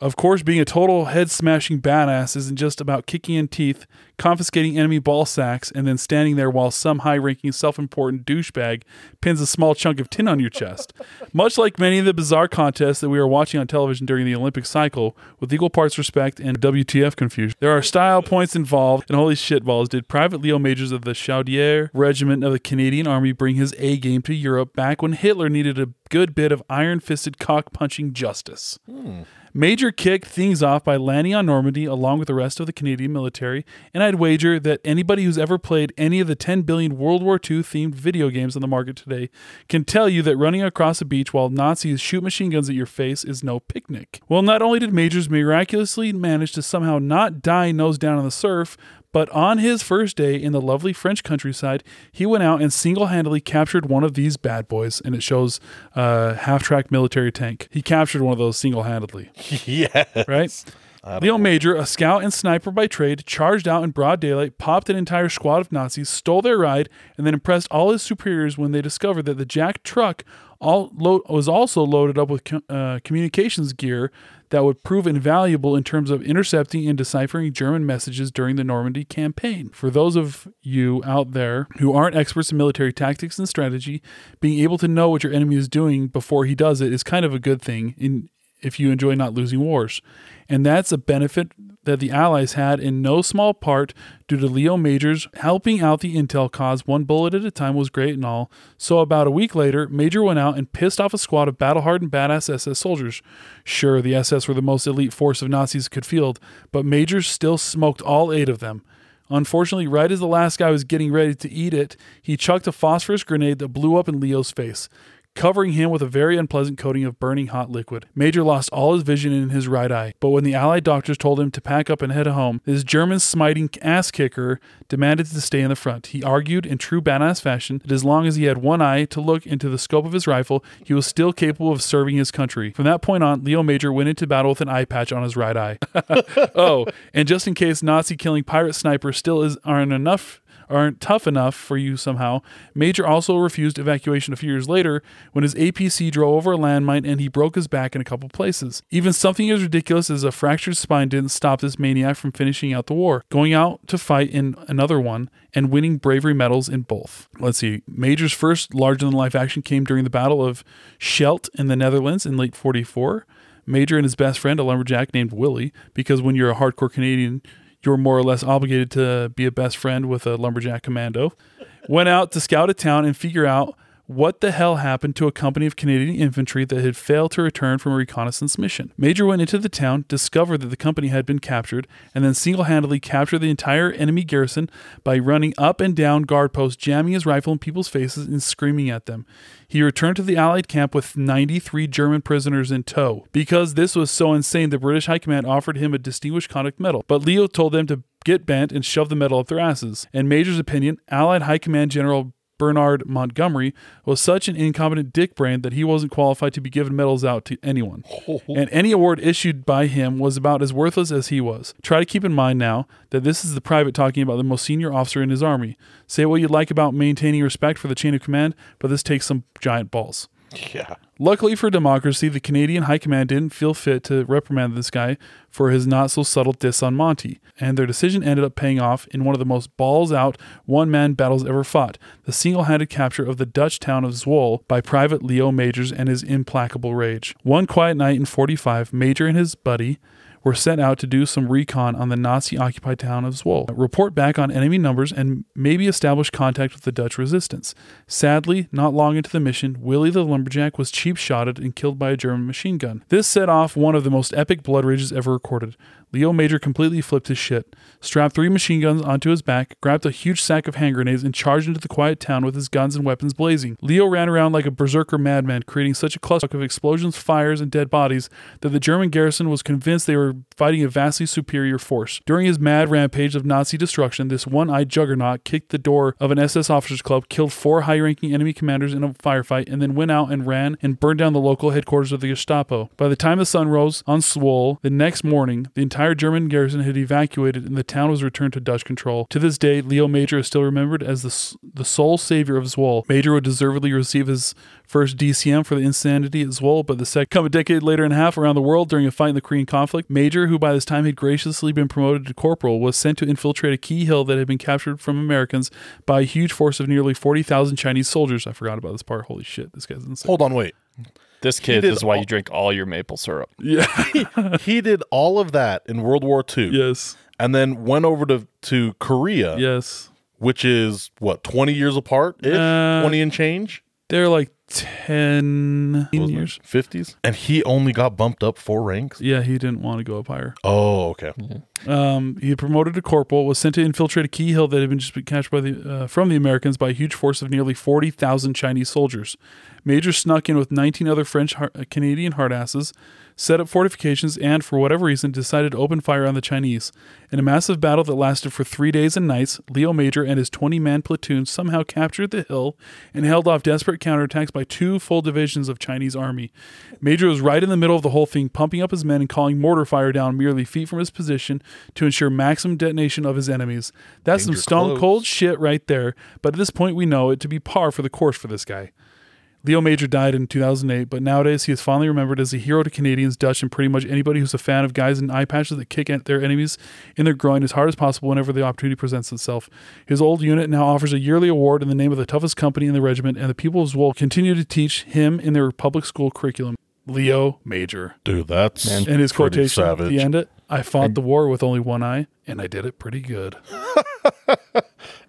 A: Of course, being a total head smashing badass isn't just about kicking in teeth, confiscating enemy ball sacks, and then standing there while some high ranking, self important douchebag pins a small chunk of tin on your chest. Much like many of the bizarre contests that we are watching on television during the Olympic cycle, with equal parts respect and WTF confusion, there are style points involved, and holy shitballs, did Private Leo Majors of the Chaudière Regiment of the Canadian Army bring his A game to Europe back when Hitler needed a good bit of iron fisted cock punching justice. Major kicked things off by landing on Normandy along with the rest of the Canadian military, and I'd wager that anybody who's ever played any of the 10 billion World War II themed video games on the market today can tell you that running across a beach while Nazis shoot machine guns at your face is no picnic. Well, not only did Majors miraculously manage to somehow not die nose down on the surf, but on his first day in the lovely French countryside, he went out and single handedly captured one of these bad boys, and it shows a uh, half track military tank. He captured one of those single handedly
C: yeah.
A: right? Leo Major, a scout and sniper by trade, charged out in broad daylight, popped an entire squad of Nazis, stole their ride, and then impressed all his superiors when they discovered that the jacked truck all load, was also loaded up with co- uh, communications gear that would prove invaluable in terms of intercepting and deciphering German messages during the Normandy campaign. For those of you out there who aren't experts in military tactics and strategy, being able to know what your enemy is doing before he does it is kind of a good thing in if you enjoy not losing wars. And that's a benefit that the Allies had in no small part due to Leo Major's helping out the intel cause one bullet at a time was great and all. So about a week later, Major went out and pissed off a squad of battle hardened badass SS soldiers. Sure, the SS were the most elite force of Nazis could field, but Major still smoked all eight of them. Unfortunately, right as the last guy was getting ready to eat it, he chucked a phosphorus grenade that blew up in Leo's face covering him with a very unpleasant coating of burning hot liquid. Major lost all his vision in his right eye, but when the Allied doctors told him to pack up and head home, his German smiting ass kicker demanded to stay in the front. He argued in true badass fashion that as long as he had one eye to look into the scope of his rifle, he was still capable of serving his country. From that point on, Leo Major went into battle with an eye patch on his right eye. oh, and just in case Nazi killing pirate snipers still is, aren't enough aren't tough enough for you somehow. Major also refused evacuation a few years later when his APC drove over a landmine and he broke his back in a couple places. Even something as ridiculous as a fractured spine didn't stop this maniac from finishing out the war, going out to fight in another one and winning bravery medals in both. Let's see. Major's first larger than life action came during the Battle of Scheldt in the Netherlands in late 44. Major and his best friend, a lumberjack named Willie, because when you're a hardcore Canadian, you're more or less obligated to be a best friend with a lumberjack commando, went out to scout a town and figure out what the hell happened to a company of Canadian infantry that had failed to return from a reconnaissance mission. Major went into the town, discovered that the company had been captured, and then single handedly captured the entire enemy garrison by running up and down guard posts, jamming his rifle in people's faces and screaming at them. He returned to the Allied camp with 93 German prisoners in tow. Because this was so insane, the British High Command offered him a Distinguished Conduct Medal, but Leo told them to get bent and shove the medal up their asses. In Major's opinion, Allied High Command General Bernard Montgomery was such an incompetent dick brain that he wasn't qualified to be given medals out to anyone. And any award issued by him was about as worthless as he was. Try to keep in mind now that this is the private talking about the most senior officer in his army. Say what you'd like about maintaining respect for the chain of command, but this takes some giant balls.
C: Yeah.
A: Luckily for democracy, the Canadian High Command didn't feel fit to reprimand this guy for his not so subtle diss on Monty, and their decision ended up paying off in one of the most balls out one man battles ever fought the single handed capture of the Dutch town of Zwolle by Private Leo Majors and his implacable rage. One quiet night in 45, Major and his buddy were sent out to do some recon on the Nazi occupied town of Zwolle, report back on enemy numbers, and maybe establish contact with the Dutch resistance. Sadly, not long into the mission, Willie the Lumberjack was cheap shotted and killed by a German machine gun. This set off one of the most epic blood rages ever recorded. Leo Major completely flipped his shit, strapped three machine guns onto his back, grabbed a huge sack of hand grenades, and charged into the quiet town with his guns and weapons blazing. Leo ran around like a berserker madman, creating such a cluster of explosions, fires, and dead bodies that the German garrison was convinced they were were fighting a vastly superior force. During his mad rampage of Nazi destruction, this one eyed juggernaut kicked the door of an SS officers' club, killed four high ranking enemy commanders in a firefight, and then went out and ran and burned down the local headquarters of the Gestapo. By the time the sun rose on Swole the next morning, the entire German garrison had evacuated and the town was returned to Dutch control. To this day, Leo Major is still remembered as the, s- the sole savior of Zwolle. Major would deservedly receive his first DCM for the insanity at Zwolle, but the second come a decade later and a half around the world during a fight in the Korean conflict, Major, who by this time had graciously been promoted to corporal, was sent to infiltrate a key hill that had been captured from Americans by a huge force of nearly 40,000 Chinese soldiers. I forgot about this part. Holy shit, this guy's
C: [laughs]
A: insane.
C: Hold on, wait.
D: This kid
C: did
D: is why
C: all-
D: you drink all your maple syrup.
C: he did all of that in World War II
A: Yes.
C: and then went over to, to Korea,
A: Yes.
C: which is what, 20 years apart? Ish?
A: Uh,
C: 20 and change?
A: They're like 10 years.
C: 50s? And he only got bumped up four ranks?
A: Yeah, he didn't want to go up higher.
C: Oh, okay.
A: Um, he promoted to corporal, was sent to infiltrate a key hill that had been just been captured by the, uh, from the Americans by a huge force of nearly 40,000 Chinese soldiers. Major snuck in with 19 other French har- uh, Canadian hardasses, set up fortifications, and for whatever reason decided to open fire on the Chinese. In a massive battle that lasted for three days and nights, Leo Major and his 20 man platoon somehow captured the hill and held off desperate counterattacks by two full divisions of Chinese army. Major was right in the middle of the whole thing, pumping up his men and calling mortar fire down merely feet from his position to ensure maximum detonation of his enemies. That's some
C: Danger
A: stone
C: close.
A: cold shit right there, but at this point we know it to be par for the course for this guy. Leo Major died in 2008, but nowadays he is fondly remembered as a hero to Canadians, Dutch, and pretty much anybody who's a fan of guys in eye patches that kick at their enemies in their groin as hard as possible whenever the opportunity presents itself. His old unit now offers a yearly award in the name of the toughest company in the regiment, and the people of Zwolle continue to teach him in their public school curriculum. Leo Major.
C: Dude, that's
D: Man.
A: And his
C: pretty
A: quotation at the
C: savage.
A: end it, I fought the war with only one eye, and I did it pretty good.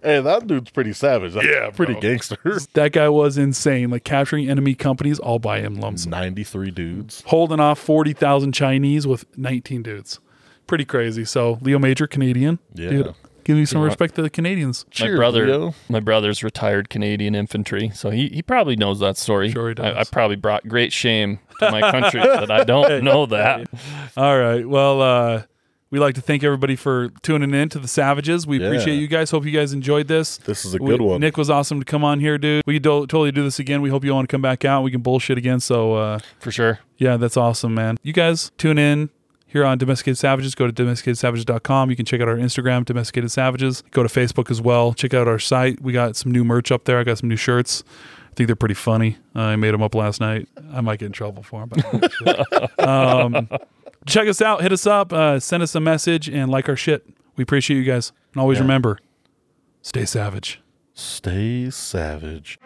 C: Hey, that dude's pretty savage. yeah, pretty [laughs] gangster.
A: That guy was insane, like capturing enemy companies all by him lumps.
C: 93 dudes.
A: holding off 40,000 Chinese with 19 dudes. Pretty crazy. So, Leo Major, Canadian.
C: Yeah.
A: give me some respect to the Canadians.
D: my brother,
C: Leo.
D: my brother's retired Canadian infantry, so he, he probably knows that story.
A: Sure he does.
D: I, I probably brought great shame to my
A: [laughs]
D: country that I don't know that.
A: All right. Well, uh, we like to thank everybody for tuning in to the Savages. We
C: Yeah.
A: appreciate you guys. Hope you guys enjoyed this.
C: This is a
A: We-
C: good one.
A: Nick was awesome to come on here, dude. We could do- totally do this again. We hope you want to come back out. We can bullshit again. So, uh,
D: For sure.
A: Yeah, that's awesome, man. You guys tune in here on Domesticated Savages. Go to domesticatedsavages.com. You can check out our Instagram, Domesticated Savages. Go to Facebook as well. Check out our site. We got some new merch up there. I got some new shirts. I think they're pretty funny. I made them up last night. I might get in trouble for them. But I don't give a shit. um, check us out. Hit us up. Uh, send us a message and like our shit. We appreciate you guys. And always remember, stay savage.
C: Stay savage.